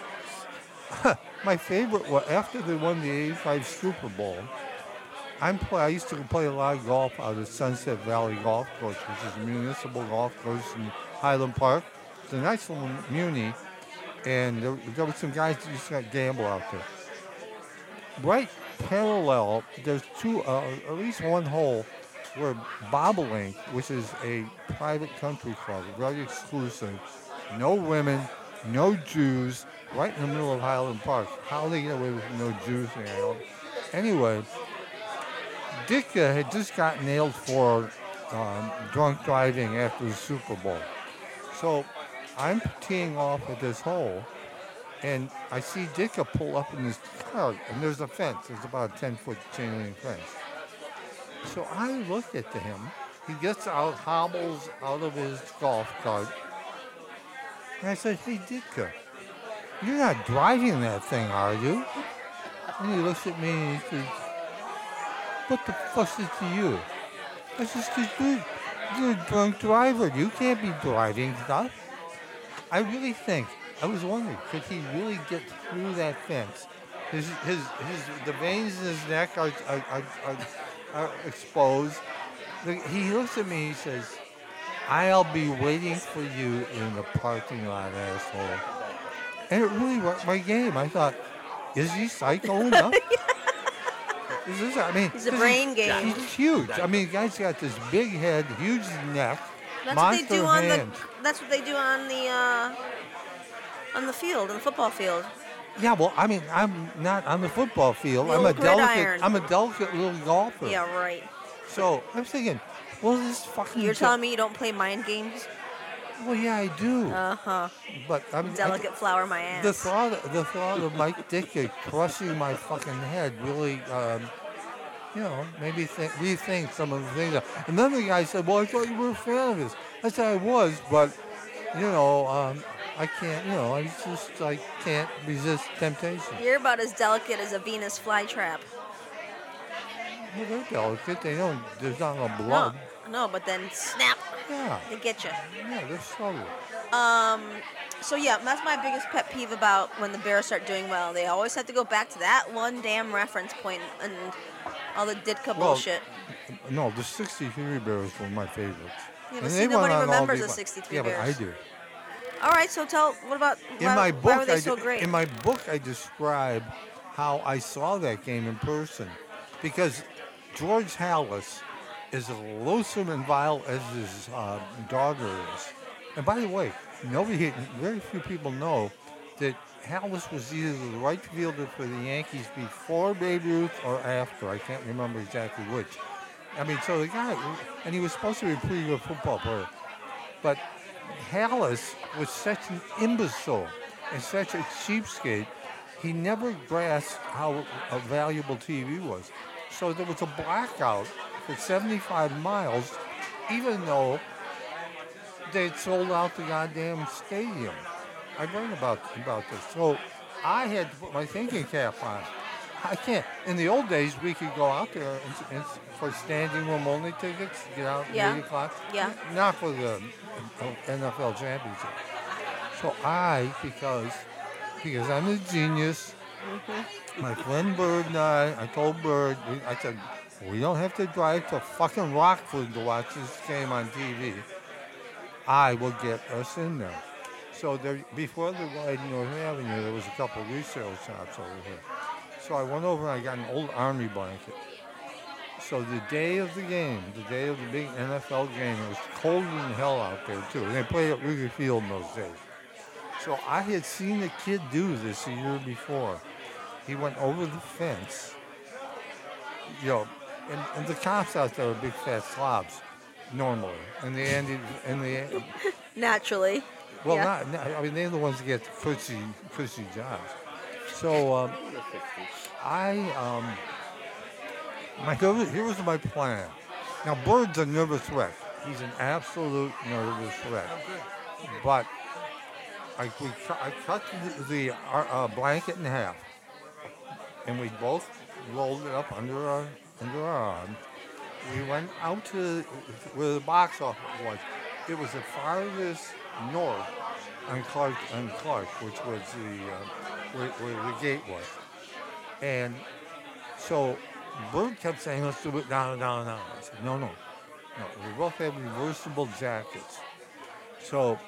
C: my favorite was after they won the '85 Super Bowl. I'm play. I used to play a lot of golf out at Sunset Valley Golf Course, which is a municipal golf course in Highland Park. It's a nice little muni, and there, there were some guys that used to gamble out there. Right parallel, there's two, uh, at least one hole where Bobolink, which is a private country club, very exclusive, no women, no Jews, right in the middle of Highland Park. How they get away with no Jews? I don't- Anyway, Dicka had just got nailed for um, drunk driving after the Super Bowl. So I'm teeing off at this hole, and I see Dicka pull up in his car, and there's a fence. There's about a 10 foot chain link fence. So I look at him. He gets out, hobbles out of his golf cart, and I said, Hey, Ditka, you're not driving that thing, are you? And he looks at me and he says, What the fuss is to you? I says, "'Cause you're, you're a drunk driver. You can't be driving stuff. I really think, I was wondering, could he really get through that fence? His, his, his, the veins in his neck are, are, are, are, are exposed. Look, He looks at me and he says, I'll be waiting for you in the parking lot, asshole. And it really worked my game. I thought, is he psycho enough? Is this, I mean,
B: It's a
C: 'cause
B: brain
C: he's-
B: game.
C: He's huge. I mean, the guy's got this big head, huge neck,
B: That's
C: monster
B: what they do on
C: hands.
B: the. That's what they do on the. Uh, on the field, on the football field.
C: Yeah, well, I mean, I'm not on the football field. I'm a
B: Little
C: delicate.
B: gridiron.
C: I'm a delicate little golfer.
B: Yeah, right.
C: So I'm thinking, well, this fucking.
B: You're telling me you don't play mind games?
C: Well, yeah, I do.
B: Uh huh.
C: but I'm
B: Delicate flower, my ass.
C: The thought, the thought of Mike Ditka crushing my fucking head really, um, you know, made me think, rethink some of the things. And then the guy said, "Well, I thought you were a fan of this." I said, "I was, but you know, um, I can't. You know, I just I can't resist temptation.
B: You're about as delicate as a Venus flytrap.
C: Well, they're delicate. They don't. There's not no blood.
B: No, no, but then snap,
C: Yeah,
B: they get you.
C: yeah, they're subtle.
B: So yeah, that's my biggest pet peeve about when the Bears start doing well. They always have to go back to that one damn reference point and all the Ditka
C: Well,
B: bullshit.
C: No, the 63 Bears were my favorites.
B: Yeah, but
C: and
B: see,
C: they went
B: nobody
C: on all
B: remembers
C: day
B: the
C: long.
B: 63
C: yeah,
B: Bears.
C: but I do.
B: All right, so tell what about
C: In
B: why,
C: my book,
B: why were they
C: I
B: so
C: de-
B: great?
C: In my book, I describe how I saw that game in person, because George Hallis is as loathsome and vile as his uh, daughter is. And by the way, nobody, very few people know that Hallis was either the right fielder for the Yankees before Babe Ruth or after. I can't remember exactly which. I mean, so the guy, and he was supposed to be a pretty good football player. But Hallis was such an imbecile and such a cheapskate, he never grasped how uh, valuable TV was. So there was a blackout for 75 miles, even though they'd sold out the goddamn stadium. I learned about about this. So I had to put my thinking cap on. I can't. In the old days, we could go out there and, and for standing room only tickets, get out at
B: Yeah.
C: 8 o'clock.
B: Yeah.
C: Not for the NFL championship. So I, because because I'm a genius, my friend Bird and I, I told Bird, we, I said, we don't have to drive to fucking Rockford to watch this game on TV. I will get us in there. So there, before they widened North Avenue, there was a couple of resale shops over here. So I went over and I got an old army blanket. So the day of the game, the day of the big NFL game, it was cold as hell out there too. And they played at Wrigley Field in those days. So I had seen a kid do this a year before. He went over the fence. You know, and, and the cops out there are big fat slobs, normally. And the Andy, and the
B: Naturally.
C: well,
B: Yeah.
C: not, not. I mean, they're the ones that get the cushy, cushy jobs. So um, I, um, my here here was my plan. Now, Bird's a nervous wreck. He's an absolute nervous wreck. But I, we, cu- I cut the, the uh, uh, blanket in half, and we both rolled it up under our under our arm. We went out to where the box office was. It was the farthest north on Clark, on Clark which was the uh, where, where the gate was. And so Bird kept saying, "Let's do it down, down, down." I said, "No, no, no. We both have reversible jackets." So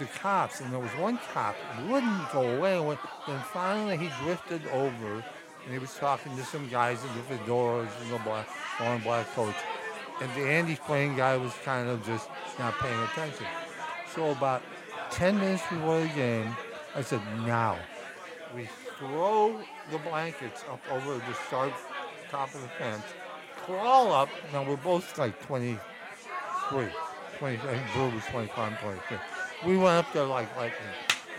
C: the cops, and there was one cop wouldn't go away. and went- Then finally he drifted over, and he was talking to some guys in the fedoras and the black, long black coats. And the Andy playing guy was kind of just not paying attention. So about 10 minutes before the game, I said, now, we throw the blankets up over the sharp top of the fence, crawl up. Now we're both like 20, three. 20, I think Brew was 25 and 23. We went up there like lightning,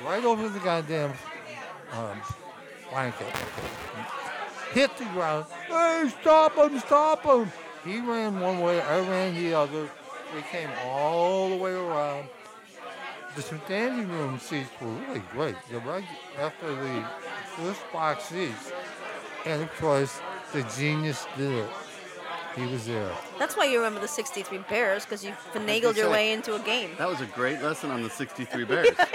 C: right over the goddamn um, blanket. Hit the ground. Hey, stop him, stop him. He ran one way, I ran the other. We came all the way around. The standing room seats were really great. The reg- after the first box seats, and of course, the genius did it. He was there.
B: That's why you remember the 63 Bears, because you finagled your
D: say.
B: way into a game.
D: That was a great lesson on the 63 Bears.
C: Yeah,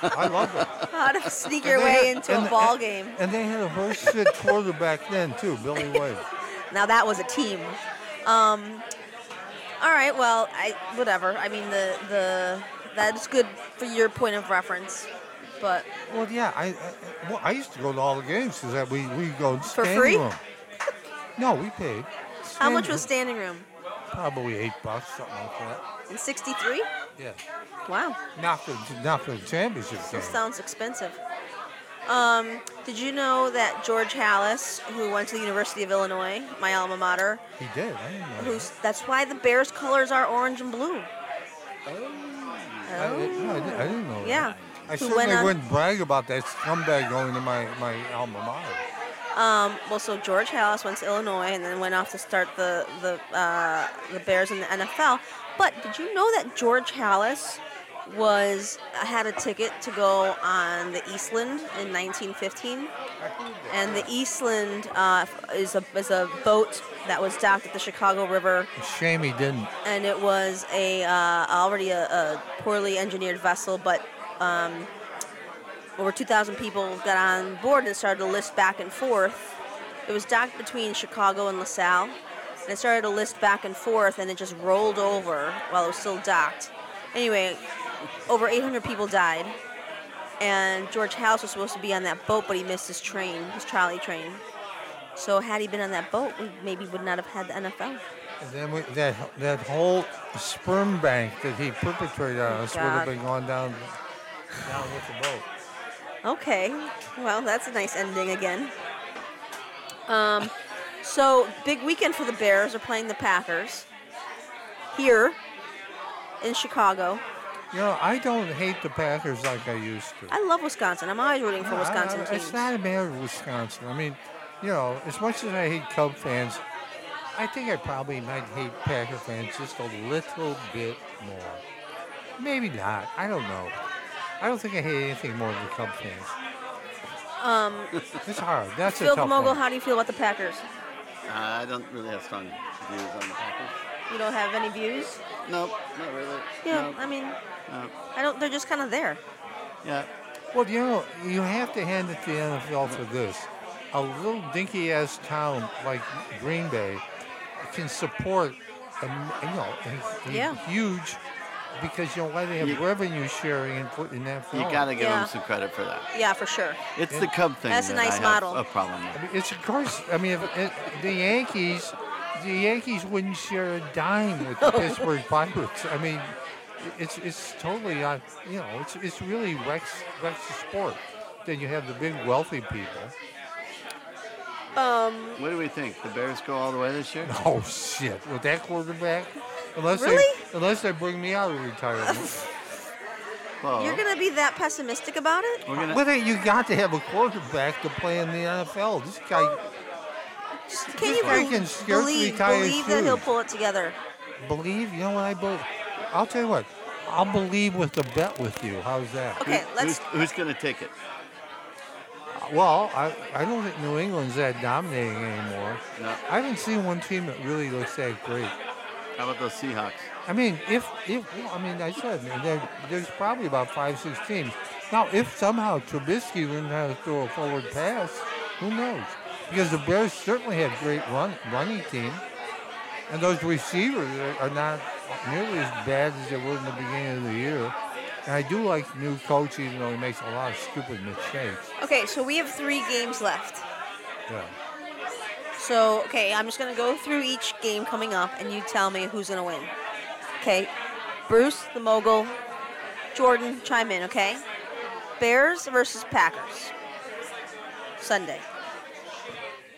C: I love it.
B: How to sneak your
C: They had-
B: way into
C: and-
B: a ball
C: and-
B: game.
C: And they had a horse shit quarterback then too, Billy Wade.
B: Now that was a team. Um, all right, well, I whatever. I mean, the the that's good for your point of reference, but
C: Well, yeah, I I, well, I used to go to all the games because that we we go
B: For
C: standing
B: free?
C: room. No, we paid.
B: how much
C: Standing
B: was standing room?
C: room, probably eight bucks, something like that.
B: In 63?
C: Yeah,
B: Wow,
C: not for not for the championship
B: still
C: game.
B: sounds expensive. Um, did you know that George Hallis, who went to the University of Illinois, my alma mater,
C: He did. I didn't know.
B: who's that's why the Bears colors are orange and blue.
C: that. I, did, no, I, did, I didn't know. that.
B: Yeah.
C: I
B: Who
C: certainly
B: went on-
C: wouldn't brag about that scumbag going to my, my alma mater.
B: Well, so George Halas went to Illinois and then went off to start the the uh, the Bears in the NFL. But did you know that George Halas was had a ticket to go on the Eastland in 1915? And the Eastland uh, is a is a boat that was docked at the Chicago River
C: Shame he didn't.
B: and it was a uh, already a, a poorly engineered vessel, but um, over 2,000 people got on board and started to list back and forth. It was docked between Chicago and LaSalle, and it started to list back and forth, and it just rolled over while it was still docked. Anyway, over 800 people died, and George House was supposed to be on that boat, but he missed his train, his trolley train. So had he been on that boat, we maybe would not have had the NFL.
C: And then we, that that whole sperm bank that he perpetrated on us would have
B: Oh, God.
C: been gone down down with the boat.
B: Okay. Well, that's a nice ending again. Um, so big weekend for the Bears are playing the Packers here in Chicago.
C: You know, I don't hate the Packers like I used to.
B: I love Wisconsin. I'm always rooting for
C: No, I-
B: Wisconsin
C: I-
B: teams.
C: It's not a matter of Wisconsin. I mean, you know, as much as I hate Cub fans, I think I probably might hate Packer fans just a little bit more. Maybe not. I don't know. I don't think I hate anything more than Cub fans. Um, it's hard. That's a
B: Phil
C: tough
B: Mogul,
C: one.
B: how do you feel about the Packers?
D: I don't really have strong views on the Packers.
B: You don't have any views?
D: Nope, not really.
B: Yeah,
D: Nope,
B: I mean,
D: nope.
B: I don't. They're just kind of there.
D: Yeah.
C: Well, you know, you have to hand it to the NFL for this. A little dinky ass town like Green Bay can support, a, m- you know, a, a
B: Yeah.
C: huge, because you know why they have
D: You-
C: revenue sharing and put in that.
D: You gotta give
B: Yeah.
D: them some credit for that.
B: Yeah, for sure.
D: It's the Cub thing.
B: That's a
D: that
B: nice
D: I
B: model.
D: Have a problem with.
C: I mean, it's of course. I mean, if, it, the Yankees, the Yankees wouldn't share a dime with the Pittsburgh Pirates. I mean, it's it's totally on. You know, it's it's really wrecks wrecks the sport. Then you have the big wealthy people.
D: What do we think? The Bears go all the way this year?
C: Oh shit! With that quarterback, unless
B: Really?
C: they unless they bring me out of retirement.
D: Well,
B: You're gonna be that pessimistic about it?
D: we're gonna.
C: Whether you got to have a quarterback to play in the NFL, this guy.
B: Just, can you
C: guy
B: bel-
C: can scarce
B: believe
C: retire his
B: believe that he'll
C: shoes.
B: pull it together?
C: Believe you know what I believe? I'll tell you what. I'll believe with the bet with you. How's that?
B: Okay,
D: who's,
B: let's.
D: who's gonna take it?
C: Well, I, I don't think New England's that dominating anymore.
D: No.
C: I haven't seen one team that really looks that great.
D: How about those Seahawks?
C: I mean, if if well, I mean, I said there, there's probably about five, six teams. Now, if somehow Trubisky learned how to throw a forward pass, who knows? Because the Bears certainly have great run running team, and those receivers are- are not nearly as bad as they were in the beginning of the year. And I do like the new coach, even though he makes a lot of stupid mistakes.
B: Okay, so we have three games left.
C: Yeah.
B: So, okay, I'm just going to go through each game coming up and you tell me who's going to win. Okay, Bruce, the mogul, Jordan, chime in, okay? Bears versus Packers. Sunday.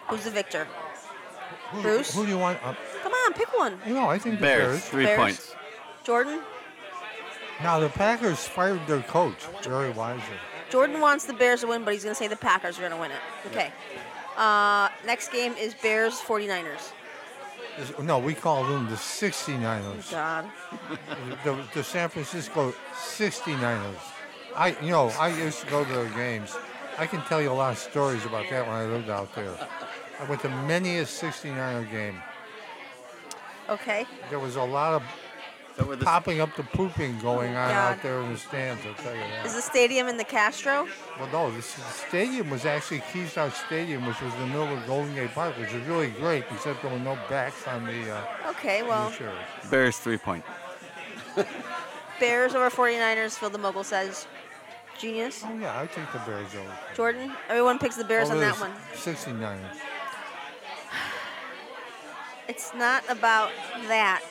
B: Who's the victor?
C: Who,
B: Bruce?
C: Who do you want? Uh,
B: Come on, pick one.
C: you know, I think the
D: Bears,
C: Bears.
D: three
B: Bears.
D: points.
B: Jordan?
C: Now, the Packers fired their coach very wisely.
B: Jordan wants the Bears to win, but he's going to say the Packers are going to win it. Okay. Uh, next game is Bears 49ers.
C: Is- No, we call them the 69ers.
B: God.
C: The, the San Francisco 69ers. I, you know, I used to go to their games. I can tell you a lot of stories about that when I lived out there. I went to many a 69er game.
B: Okay.
C: There was a lot of
D: So we're the,
C: popping up the pooping going on out
B: God.
C: there in the stands, I'll tell you
B: Is
C: that.
B: the stadium in the Castro?
C: Well, no, this is, the stadium was actually Keystone Stadium, which was in the middle of Golden Gate Park, which was really great, except there were no backs on the, uh,
B: Okay,
C: on
B: well.
C: the chairs.
D: Bears, three point.
B: Bears over 49ers, Phil the Mogul says. Genius.
C: Oh, yeah, I take the Bears over.
B: Jordan, everyone picks the Bears on
C: over the
B: that one.
C: 69ers.
B: It's not about that.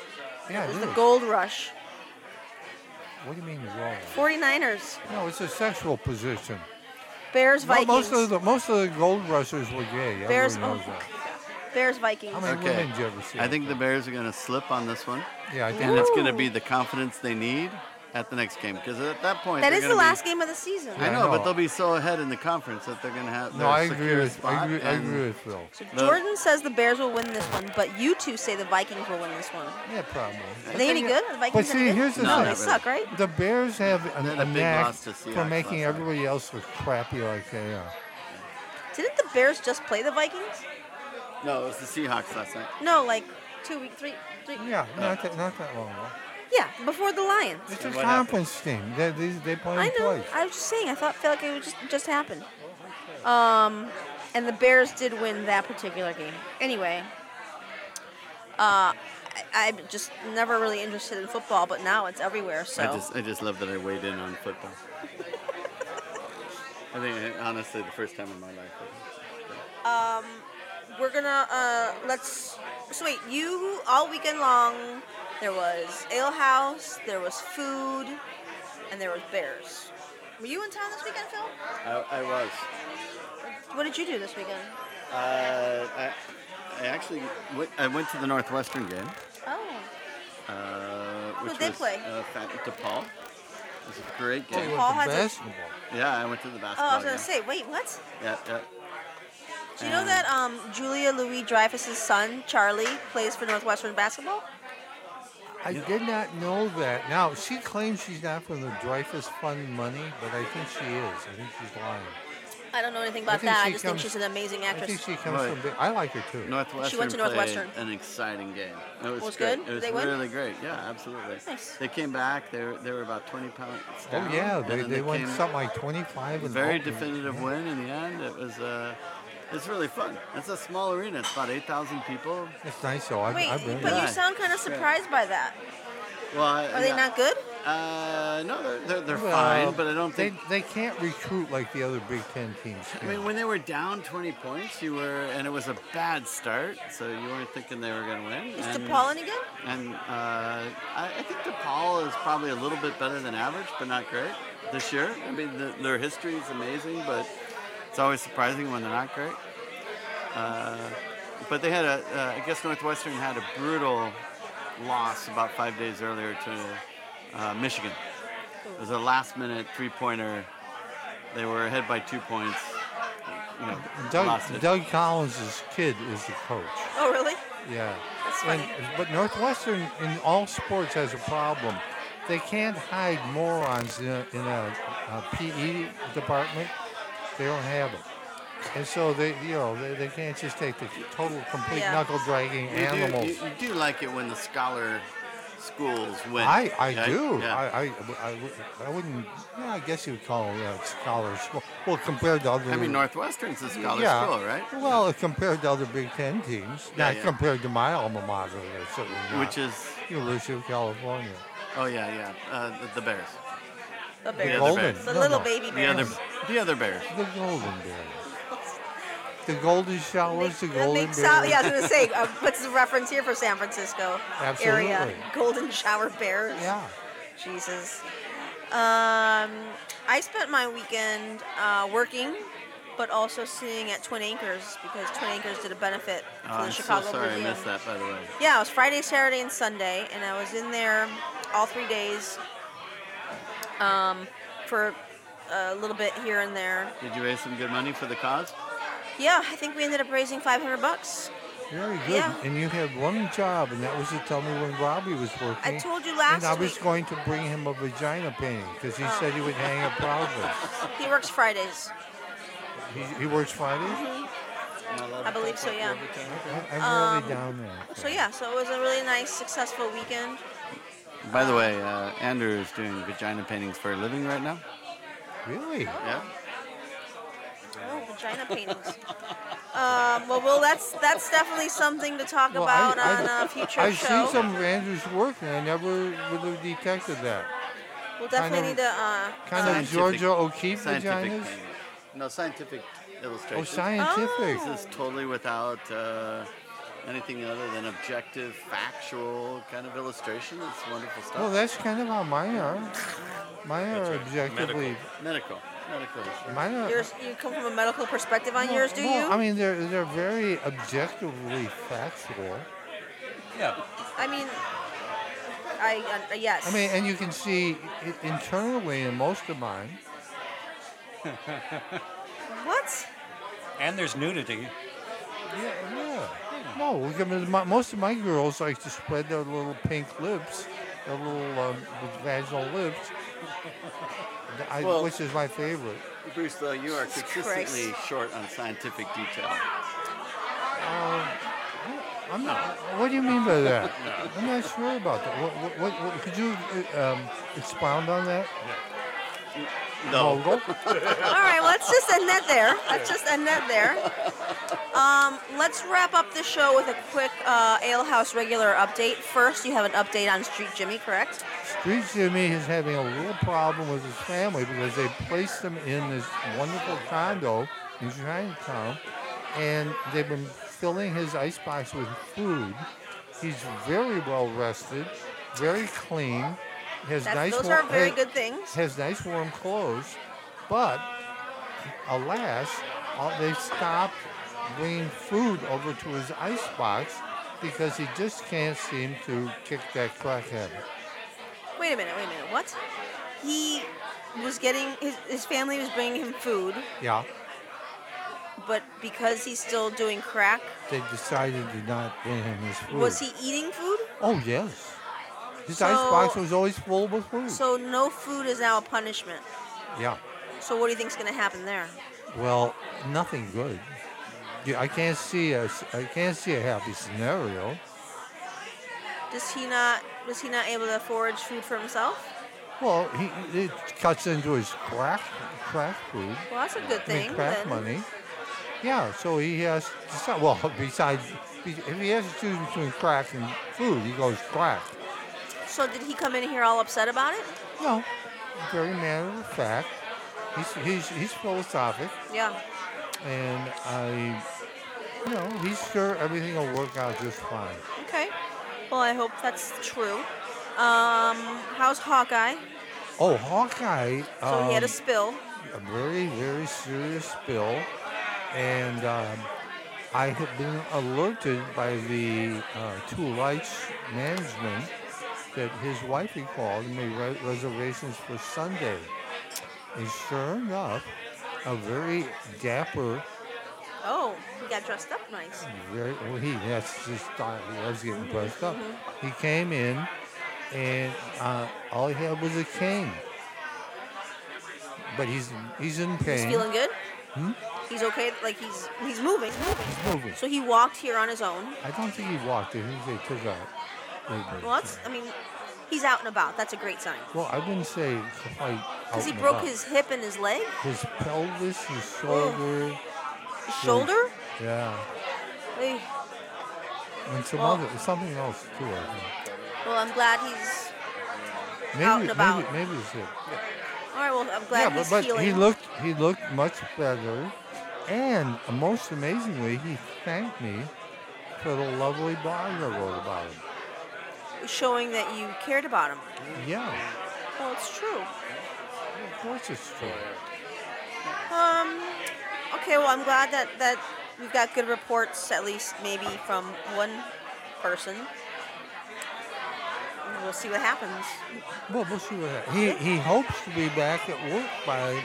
C: Yeah, it
B: It's
C: is.
B: the gold rush.
C: What do you mean wrong?
B: 49ers,
C: No, it's a sexual position.
B: Bears,
C: Well,
B: Vikings.
C: most of the most of the gold rushers were gay.
B: Bears,
C: Everybody
B: oh,
C: knows that.
B: Bears, Vikings.
C: How many
D: Okay.
C: women did you ever see?
D: I think the Bears are gonna slip on this one,
C: Yeah, I think.
D: and it's gonna
B: Ooh.
D: be the confidence they need at the next game. Because at that point,
B: that
D: they're
B: is the
D: gonna be-
B: last game of the season.
D: I
C: Yeah, I
D: know,
C: know.
D: but they'll be so ahead in the conference that they're gonna have.
C: No,
D: their
C: I agree
D: secure
C: with I
D: spot,
C: agree, I
D: and
C: agree with Phil.
B: So
D: The-
B: Jordan says the Bears will win this one, but you two say the Vikings will win this one.
C: Yeah, probably.
B: Are they any good? Are the Vikings
C: But see,
B: any good?
C: here's the
B: no,
C: thing.
B: they
D: Not really.
B: suck, right?
C: The Bears have an,
D: They had a
C: a
D: big
C: knack
D: loss to
C: for
D: Seahawks
C: making
D: last night.
C: everybody else look crappy like they are.
B: Didn't the Bears just play the Vikings?
D: No, it was the Seahawks last night.
B: No, like two week, three, three.
C: Yeah, not that not that long. ago.
B: yeah, before the Lions.
C: It's
D: And
C: a
D: what happened?
C: conference team. They they, they play
B: I
C: in
B: know.
C: twice.
B: I was just saying. I thought felt like it would just just Um, happen. Um, and the Bears did win that particular game. Anyway, uh, I, I'm just never really interested in football, but now it's everywhere. So
D: I just I just love that I weighed in on football. I think honestly the first time in my life.
B: we're gonna uh, let's. So wait, you all weekend long. There was ale house, there was food, and there was bears. Were you in town this weekend, Phil?
D: I, I was.
B: What did you do this weekend?
D: Uh, I, I actually went, I went to the Northwestern game.
B: Oh,
D: Uh, which
B: Who'd they
D: was,
B: play?
D: Uh, Fat DePaul. It was a great
C: Hey,
D: game.
C: with
B: Paul
C: the
B: has a-
C: basketball.
D: Yeah, I went to the
B: oh,
D: basketball.
B: I was gonna
D: game.
B: say. Wait, what?
D: Yeah, yeah.
B: Do you know that um, Julia Louis Dreyfus's son Charlie plays for Northwestern basketball?
C: I did not know that. Now she claims she's not from the Dreyfus Fund money, but I think she is. I think she's lying.
B: I don't know anything
C: I
B: about
C: think
B: that. I
C: she
B: just
C: comes-
B: think she's an amazing
C: I think
B: actress.
C: she comes
D: Right.
C: from. Big- I like her too.
D: Northwestern.
B: She went to Northwestern.
D: played An exciting game. It was,
B: Was
D: great.
B: good?
D: It was
B: They win?
D: really great. Yeah, absolutely.
B: Nice.
D: They came back. They were, they were about 20 pounds.
C: Oh
D: down,
C: yeah,
D: and
C: they,
D: then
C: they went
D: came-
C: something like 25 and
D: Very
C: oh,
D: definitive
C: yeah.
D: win in the end. It was uh, it's really fun. It's a small arena. It's about 8,000 people.
C: It's nice though. I,
B: Wait,
C: I really
B: but
D: Yeah.
B: you sound kind of surprised by that.
D: Well, I-
B: Are they
D: yeah.
B: not good?
D: Uh, no, they're they're, they're
C: Well,
D: fine, but I don't
C: they
D: think.
C: they can't recruit like the other Big Ten teams.
D: I
C: can.
D: mean, when they were down 20 points, you were, and it was a bad start, so you weren't thinking they were going to win.
B: Is
D: and,
B: DePaul any good?
D: And uh, I, I think DePaul is probably a little bit better than average, but not great this year. I mean, the, their history is amazing, but it's always surprising when they're not great. Uh, but they had a, uh, I guess Northwestern had a brutal loss about five days earlier to uh, Michigan. It was a last-minute three-pointer. They were ahead by two points. You know, lost
C: Doug,
D: it.
C: Doug Collins' kid is the coach.
B: Oh, really?
C: Yeah.
B: That's
C: And-
B: funny.
C: but Northwestern in all sports has a problem. They can't hide morons in a, in a, a PE department. They don't have it. And so they, you know, they, they can't just take the total, complete
B: Yeah.
C: knuckle dragging
D: You do- you-
C: animals.
D: You, do like it when the scholar schools win.
C: I, I
D: right?
C: do.
D: Yeah.
C: I, I, I, would- I wouldn't. Yeah, I guess you would call them yeah, scholars. Well, well, compared to other.
D: I mean, Northwestern's a scholar
C: mm. yeah.
D: school, right?
C: Well, compared to other Big Ten teams,
D: Yeah,
C: not
D: yeah.
C: compared to my alma mater, that's certainly not.
D: Which is,
C: University of California.
D: oh yeah, yeah, uh, the, the Bears.
B: The
D: other
B: bears.
D: Golden.
B: The
D: bears.
C: No,
B: little
C: no.
B: baby
D: The other,
B: bears.
D: the other Bears.
C: The golden bear. The golden showers, the
B: Make-
C: golden
B: make
C: bear.
B: Sal- yeah, I was gonna say, uh, what's the reference here for San Francisco area?
C: Absolutely.
B: Golden shower bears.
C: Yeah.
B: Jesus. Um, I spent my weekend uh, working, but also singing at Twin Anchors because Twin Anchors did a benefit
D: Oh,
B: for the
D: I'm
B: Chicago
D: so sorry
B: Museum.
D: I missed that, by the way.
B: Yeah, it was Friday, Saturday, and Sunday, and I was in there all three days um, for a little bit here and there.
D: Did you raise some good money for the cause?
B: Yeah, I think we ended up raising 500 bucks.
C: Very good.
B: Yeah.
C: And you had one job, and that was to tell me when Robbie was working.
B: I told you last
C: And I was
B: week.
C: going to bring him a vagina painting because he said he would hang it proudly.
B: He works Fridays.
C: he, he works Fridays?
B: I believe so, yeah.
C: I, I'm really down there.
B: Um, So yeah, so it was a really nice, successful weekend.
D: By the way, uh, Andrew is doing vagina paintings for a living right now.
C: Really?
D: Yeah.
B: Oh, vagina paintings. Um, well, well, that's that's definitely something to talk
C: Well, I-
B: about
C: I-
B: on a future
C: I
B: show.
C: see some of Andrew's work, and I never really detected that.
B: we'll definitely need
C: kind
B: to. Uh,
C: Kind
B: uh,
C: of Georgia O'Keeffe
D: Scientific
C: vaginas?
D: painting. No, scientific illustration.
C: Oh, scientific.
B: Oh.
D: This is totally without uh, anything other than objective, factual kind of illustration. It's wonderful stuff.
C: Well, Oh, that's kind of how mine are. Mine are
F: That's right.
C: objectively.
D: medical, medical. issue.
C: Mine are.
B: yours, you come from a medical perspective on yours, do
C: well,
B: you?
C: I mean, they're they're very objectively factual.
F: Yeah.
B: I mean, I uh, yes.
C: I mean, and you can see i internally in most of mine.
B: what?
F: And there's nudity.
C: Yeah, yeah. No, look, I mean, my, most of my girls like to spread their little pink lips, their little um, vaginal lips. I,
D: Well-
C: which is my favorite.
D: Bruce, though, you are
B: Jesus
D: consistently short on scientific detail.
C: I'm not. What do you mean by that? I'm not sure about that. What, what, what, what could you uh, um, expound on that?
D: No.
C: Mogul?
B: All right, well, let's just end that there. Let's just end that there. Um, let's wrap up the show with a quick uh, Ale House regular update. First, you have an update on Street Jimmy, correct?
C: Street Jimmy is having a little problem with his family because they placed him in this wonderful condo in Chinatown, and they've been filling his icebox with food. He's very well rested, very clean, has
B: That's,
C: nice.
B: those
C: wa-
B: are very
C: ha-
B: good things.
C: has nice warm clothes, but alas, uh, they stopped bringing food over to his icebox because he just can't seem to kick that crack habit.
B: Wait a minute, wait a minute. What? He was getting his, his family was bringing him food,
C: Yeah,
B: but because he's still doing crack,
C: they decided to not bring him his food.
B: was he eating food?
C: Oh yes, his
B: So-
C: icebox was always full with food.
B: So no food is now a punishment.
C: yeah,
B: So what do you think's going to happen there?
C: well, nothing good. Yeah, I can't see a, s- I can't see a happy scenario.
B: Does he not? Was he not able to forage food for himself?
C: Well, he it cuts into his crack crack food.
B: Well, that's a good
C: I mean,
B: thing.
C: crack
B: then.
C: money. Yeah, so he has to decide. Well, besides, if he has to choose between crack and food, he goes crack.
B: So did he come in here all upset about it?
C: No, very matter of fact. He's, he's, he's philosophic,
B: Yeah.
C: and I, you know, he's sure everything will work out just fine.
B: Okay. Well, I hope that's true. Um, how's Hawkeye?
C: Oh, Hawkeye.
B: So he had a
C: um,
B: spill.
C: a very, very serious spill, and um, I have been alerted by the uh, Two Lights management that his wife had called and made re- reservations for Sunday. And sure enough, a very dapper,
B: Oh, he got dressed up nice.
C: very well, he that's his style. He loves getting dressed up. He came in, and uh, all he had was a cane. But he's he's in pain.
B: He's feeling good.
C: Hmm?
B: He's okay. Like he's he's moving. moving.
C: moving.
B: So he walked here on his own.
C: I don't think he walked. I think they took out. labor.
B: Well, that's. I mean, he's out and about. That's a great sign.
C: Well, I wouldn't say quite.
B: Because he
C: out and
B: broke
C: about.
B: his hip and his leg,
C: his pelvis, his shoulder.
B: his
C: Hmm.
B: shoulder.
C: Yeah,
B: Hey.
C: and some
B: Well-
C: other something else too. I
B: Well, I'm glad he's.
C: think. Maybe
B: Out and about.
C: maybe maybe it's it.
B: All right. Well, I'm
C: yeah,
B: glad
C: but,
B: he's
C: but
B: healing.
C: he looked he looked much better, and uh, most amazingly, he thanked me for the lovely blog I wrote about him.
B: showing that you cared about him.
C: Yeah,
B: Well, it's true.
C: of course it's true.
B: Um. Okay. Well, I'm glad that that we've got good reports, at least maybe from one person. And We'll see what happens.
C: Well, we'll see what happens. He he hopes to be back at work by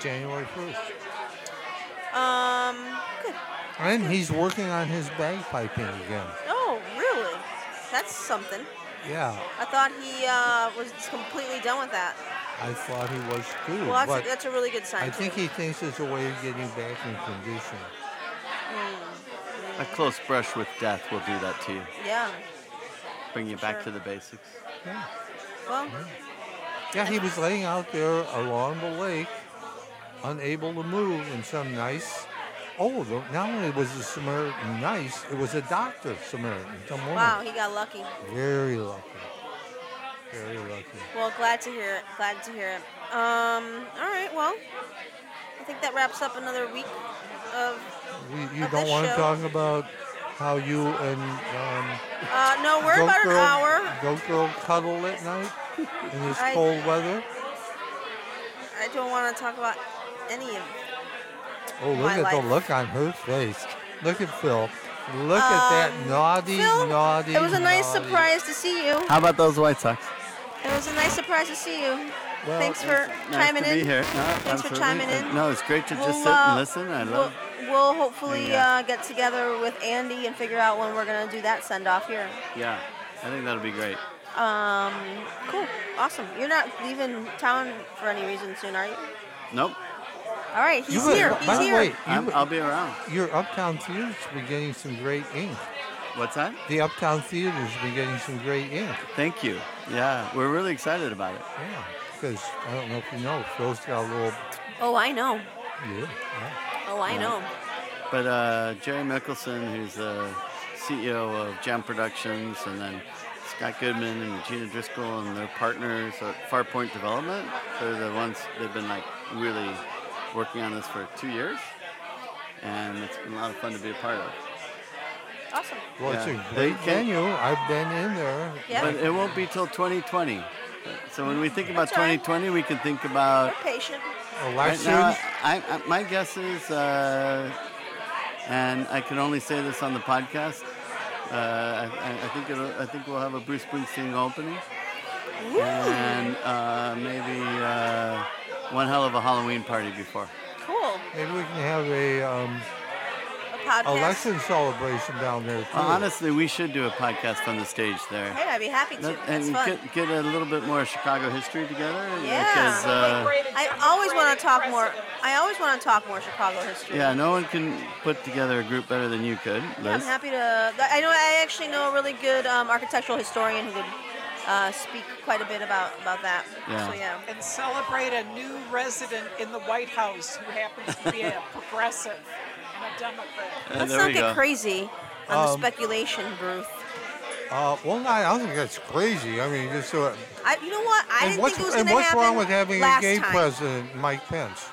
C: January first.
B: Um. Good.
C: And he's working on his bagpiping again.
B: Oh, really? That's something.
C: Yeah,
B: I thought he uh, was completely done with that.
C: I thought he was too.
B: Well, that's,
C: but
B: a, that's a really good sign.
C: I think
B: too.
C: he thinks it's a way of getting back in condition.
B: Hmm,
D: A close brush with death will do that to you.
B: Yeah.
D: Bring you back
B: Sure.
D: to the basics.
C: Yeah,
B: Well,
C: yeah he was laying out there along the lake, unable to move, and some nice. Oh, the, not only was the Samaritan nice, it was a doctor Samaritan, some woman.
B: wow, he got lucky.
C: Very lucky. Very lucky.
B: Well, glad to hear it. Glad to hear it. Um, all right. Well, I think that wraps up another week of.
C: We, you
B: Of
C: don't
B: this
C: want to
B: show.
C: talk about how you and um,
B: Uh, no, we're
C: Goat
B: about an
C: girl,
B: hour.
C: Goat girl cuddle at night in this
B: I-
C: cold weather.
B: I don't want to talk about any of.
C: Oh, look
B: my
C: at
B: life.
C: the look on her face. Look at Phil. Look at that
B: Um,
C: naughty,
B: Phil,
C: naughty.
B: it was a nice
C: naughty.
B: surprise to see you.
D: How about those White Sox?
B: It was a nice surprise to see you.
C: Well,
B: Thanks for
D: Nice
B: chiming
D: to
B: in.
D: be here. No,
B: Thanks for
D: absolutely.
B: chiming in.
D: No, it's great to just
B: We'll,
D: sit and
B: uh,
D: listen. I
B: we'll-
D: love.
B: We'll hopefully
D: Yeah.
B: uh, get together with Andy and figure out when we're gonna do that send off here.
D: Yeah, I think that'll be great.
B: Um, cool, awesome. You're not leaving town for any reason soon, are you?
D: Nope,
B: All right, he's
C: were-
B: here.
C: by
B: He's
C: the
B: here.
C: way, you
D: I'm,
C: were-
D: I'll be around.
C: your Uptown Theater's been getting some great ink.
D: What's that?
C: The Uptown Theater's been getting some great ink.
D: Thank you. Yeah, we're really excited about it.
C: Yeah. Because I don't know if you know, Phil's got a little.
B: Oh, I know.
C: Yeah. yeah.
B: Oh, I know.
D: But uh, Jerry Mickelson, who's the CEO of Jam Productions, and then Scott Goodman and Gina Driscoll and their partners at Farpoint Development, they're the ones they've been like really working on this for two years, and it's been a lot of fun to be a part of.
B: Awesome.
C: Well, it's
D: Yeah.
C: a great
D: They- they-
C: venue. I've been in there.
B: Yeah.
D: But it won't be till 2020. So when we think about
B: That's all right.
D: 2020, we can think about
B: We're patient.
C: A lot of
D: Right now,
C: students.
D: I, I, my guess is, uh, and I can only say this on the podcast. Uh, I- I, I think it'll, I think we'll have a Bruce Springsteen opening, and uh, maybe uh, one hell of a Halloween party before.
B: Cool.
C: Maybe we can have a um,
B: A podcast.
C: election celebration down there too.
D: Well, honestly, we should do a podcast on the stage there,
B: Hey, I'd be happy to.
D: That-
B: That's
D: and
B: fun.
D: get, get a little bit more Chicago history together.
B: Yeah.
D: because, uh,
B: I always want to talk more. I always want to talk more Chicago history.
D: yeah, no one can put together a group better than you could. uh,
B: I'm
D: Liz.
B: happy to. I know. I actually know a really good um, architectural historian who would uh, speak quite a bit about about that.
D: Yeah.
B: So yeah.
E: And celebrate a new resident in the White House who happens to be a progressive and a Democrat.
D: Uh,
B: Let's
D: there
B: not
D: we
B: get
D: go.
B: crazy on the
C: Um,
B: speculation, Bruce.
C: Uh, well, no, I don't think that's crazy. I mean, just uh,
B: I, you know what? I
C: and
B: didn't
C: what's,
B: think it was going
C: and
B: to
C: what's
B: happen
C: wrong with having a
B: last
C: gay
B: time.
C: president, Mike Pence?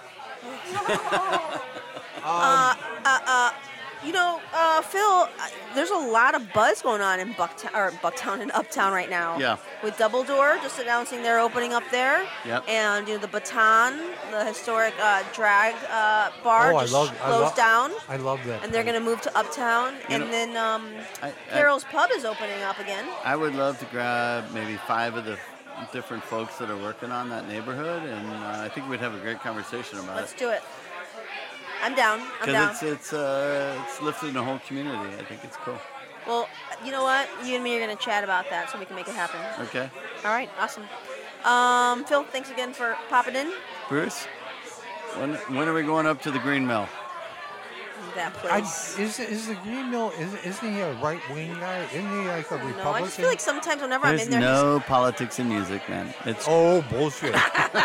B: You know, uh, Phil, uh, there's a lot of buzz going on in Bucktown, or Bucktown and Uptown right now.
D: Yeah.
B: With Double Door just announcing they're opening up there.
D: Yep.
B: And you know the Baton, the historic uh, drag uh, bar,
C: oh, I
B: just
C: love. I
B: closed
C: love-
B: down,
C: I love that.
B: and they're going to move to Uptown, and
D: Um, know,
B: then um,
D: I- I-
B: Carol's Pub is opening up again.
D: I would love to grab maybe five of the different folks that are working on that neighborhood, and uh, I think we'd have a great conversation about
B: Let's
D: it.
B: do it. I'm down. I'm down.
D: Because it's it's uh, it's lifting the whole community. I think it's cool.
B: well, you know what? You and me are going to chat about that so we can make it happen.
D: Okay,
B: All right, awesome. Um, Phil, thanks again for popping in.
D: Bruce, when when are we going up to the Green Mill?
B: That
C: I,
B: place.
C: is is the Green Mill? Is, isn't he a right wing guy? Isn't he like a
B: I
C: Republican?
B: don't know. I just feel like sometimes whenever I'm
D: There's
B: in there,
D: no politics in music, man. It's
C: Oh bullshit!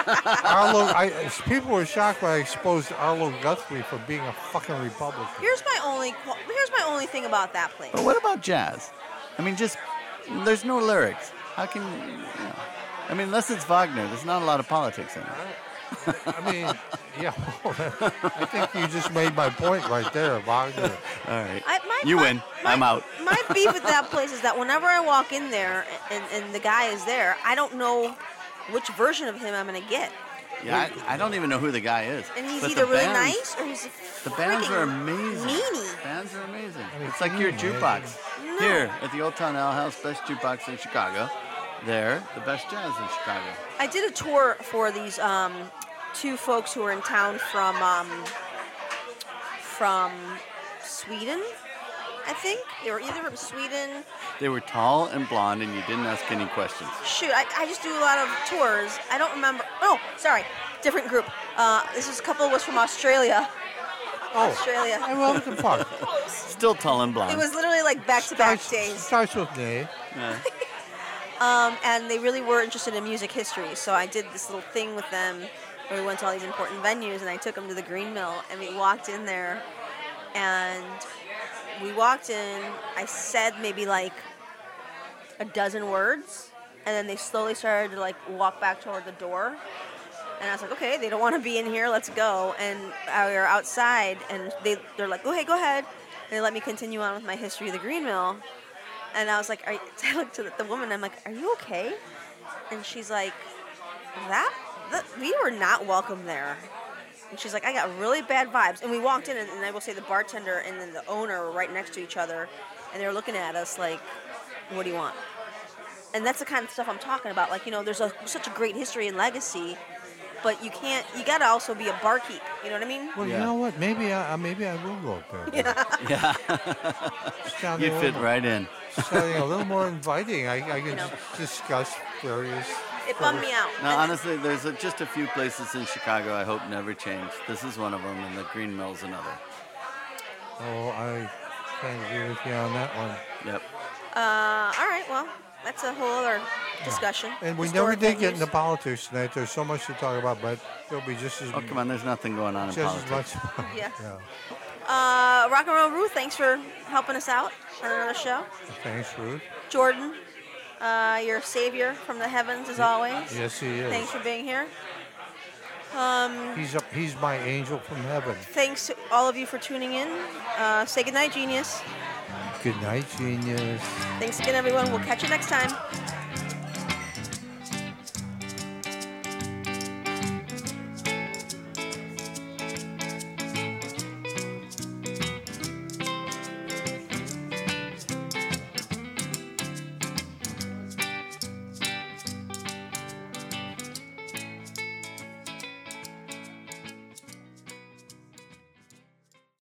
C: Arlo, I, people were shocked when I exposed Arlo Guthrie for being a fucking Republican.
B: here's my only qu- here's my only thing about that place.
D: but what about jazz? I mean, just there's no lyrics. How can you know, I mean, unless it's Wagner, there's not a lot of politics in it.
C: I mean, yeah. I think you just made my point right there, Wagner.
D: All right,
B: I, my,
D: you
B: my-
D: win.
B: my-
D: I'm out.
B: my beef with that place is that whenever I walk in there and, and the guy is there, I don't know which version of him I'm gonna get.
D: Yeah, I, I don't even know who the guy is.
B: And he's
D: But
B: either
D: the
B: really
D: bands-
B: nice or he's a
D: The bands
B: freaking
D: are amazing.
B: Meanie.
D: Bands are amazing.
C: I mean,
D: It's like
C: can
D: your
C: you imagine?
D: jukebox.
B: No.
D: Here at the Old Town Ale House, best jukebox in Chicago. There, the best jazz in Chicago.
B: I did a tour for these um, two folks who were in town from um, from Sweden, I think. They were either from Sweden.
D: They were tall and blonde, and you didn't ask any questions.
B: Shoot, I, I just do a lot of tours. I don't remember. Oh, sorry, different group. Uh, this is a couple was from Australia.
C: Oh,
B: Australia.
C: I love the fuck.
D: Still tall and blonde.
B: It was literally like back to back
C: Starts,
B: days.
C: starts with me.
D: Yeah.
B: Um, and they really were interested in music history. So I did this little thing with them where we went to all these important venues and I took them to the Green Mill and we walked in there and we walked in. I said maybe like a dozen words and then they slowly started to like walk back toward the door. And I was like, okay, they don't want to be in here. Let's go. And I- we were outside, and they they're like, okay, go ahead. And they let me continue on with my history of the Green Mill. And I was like, are you, I looked at the woman. I'm like, are you okay? And she's like, that, that we were not welcome there. And she's like, I got really bad vibes. And we walked in, and, and I will say the bartender and then the owner were right next to each other, and they were looking at us like, what do you want? And that's the kind of stuff I'm talking about. Like, you know, there's a, such a great history and legacy, but you can't. You gotta also be a barkeep. You know what I mean?
C: Well,
D: Yeah.
C: you know what? Maybe I I- maybe I will go up there.
D: Yeah.
C: Yeah.
D: you fit right in.
C: Sounding a little more inviting. I, I can
B: know.
C: s- discuss various.
B: It bummed me out.
D: Now,
B: And-
D: honestly, there's a, just a few places in Chicago I hope never change. This is one of them, and the Green Mill's another.
C: Oh, I can't agree with you on that one.
D: Yep.
B: Uh, all right. Well, that's a whole other discussion.
C: And we
B: Historic
C: never did get
B: venues.
C: into politics tonight. There's so much to talk about, but there'll be just as
D: Oh, come Oh, on, there's nothing going on in
C: just as
D: politics.
C: much.
B: Yeah.
C: yeah.
B: Uh, Rock and Roll Ruth, thanks for helping us out on another show.
C: Thanks, Ruth.
B: Jordan, uh, your savior from the heavens as always.
C: Yes, he is.
B: Thanks for being here.
C: He's, a, he's my angel from heaven.
B: Thanks to all of you for tuning in. Uh, say goodnight, genius.
C: Good night, genius.
B: Thanks again, everyone. We'll catch you next time.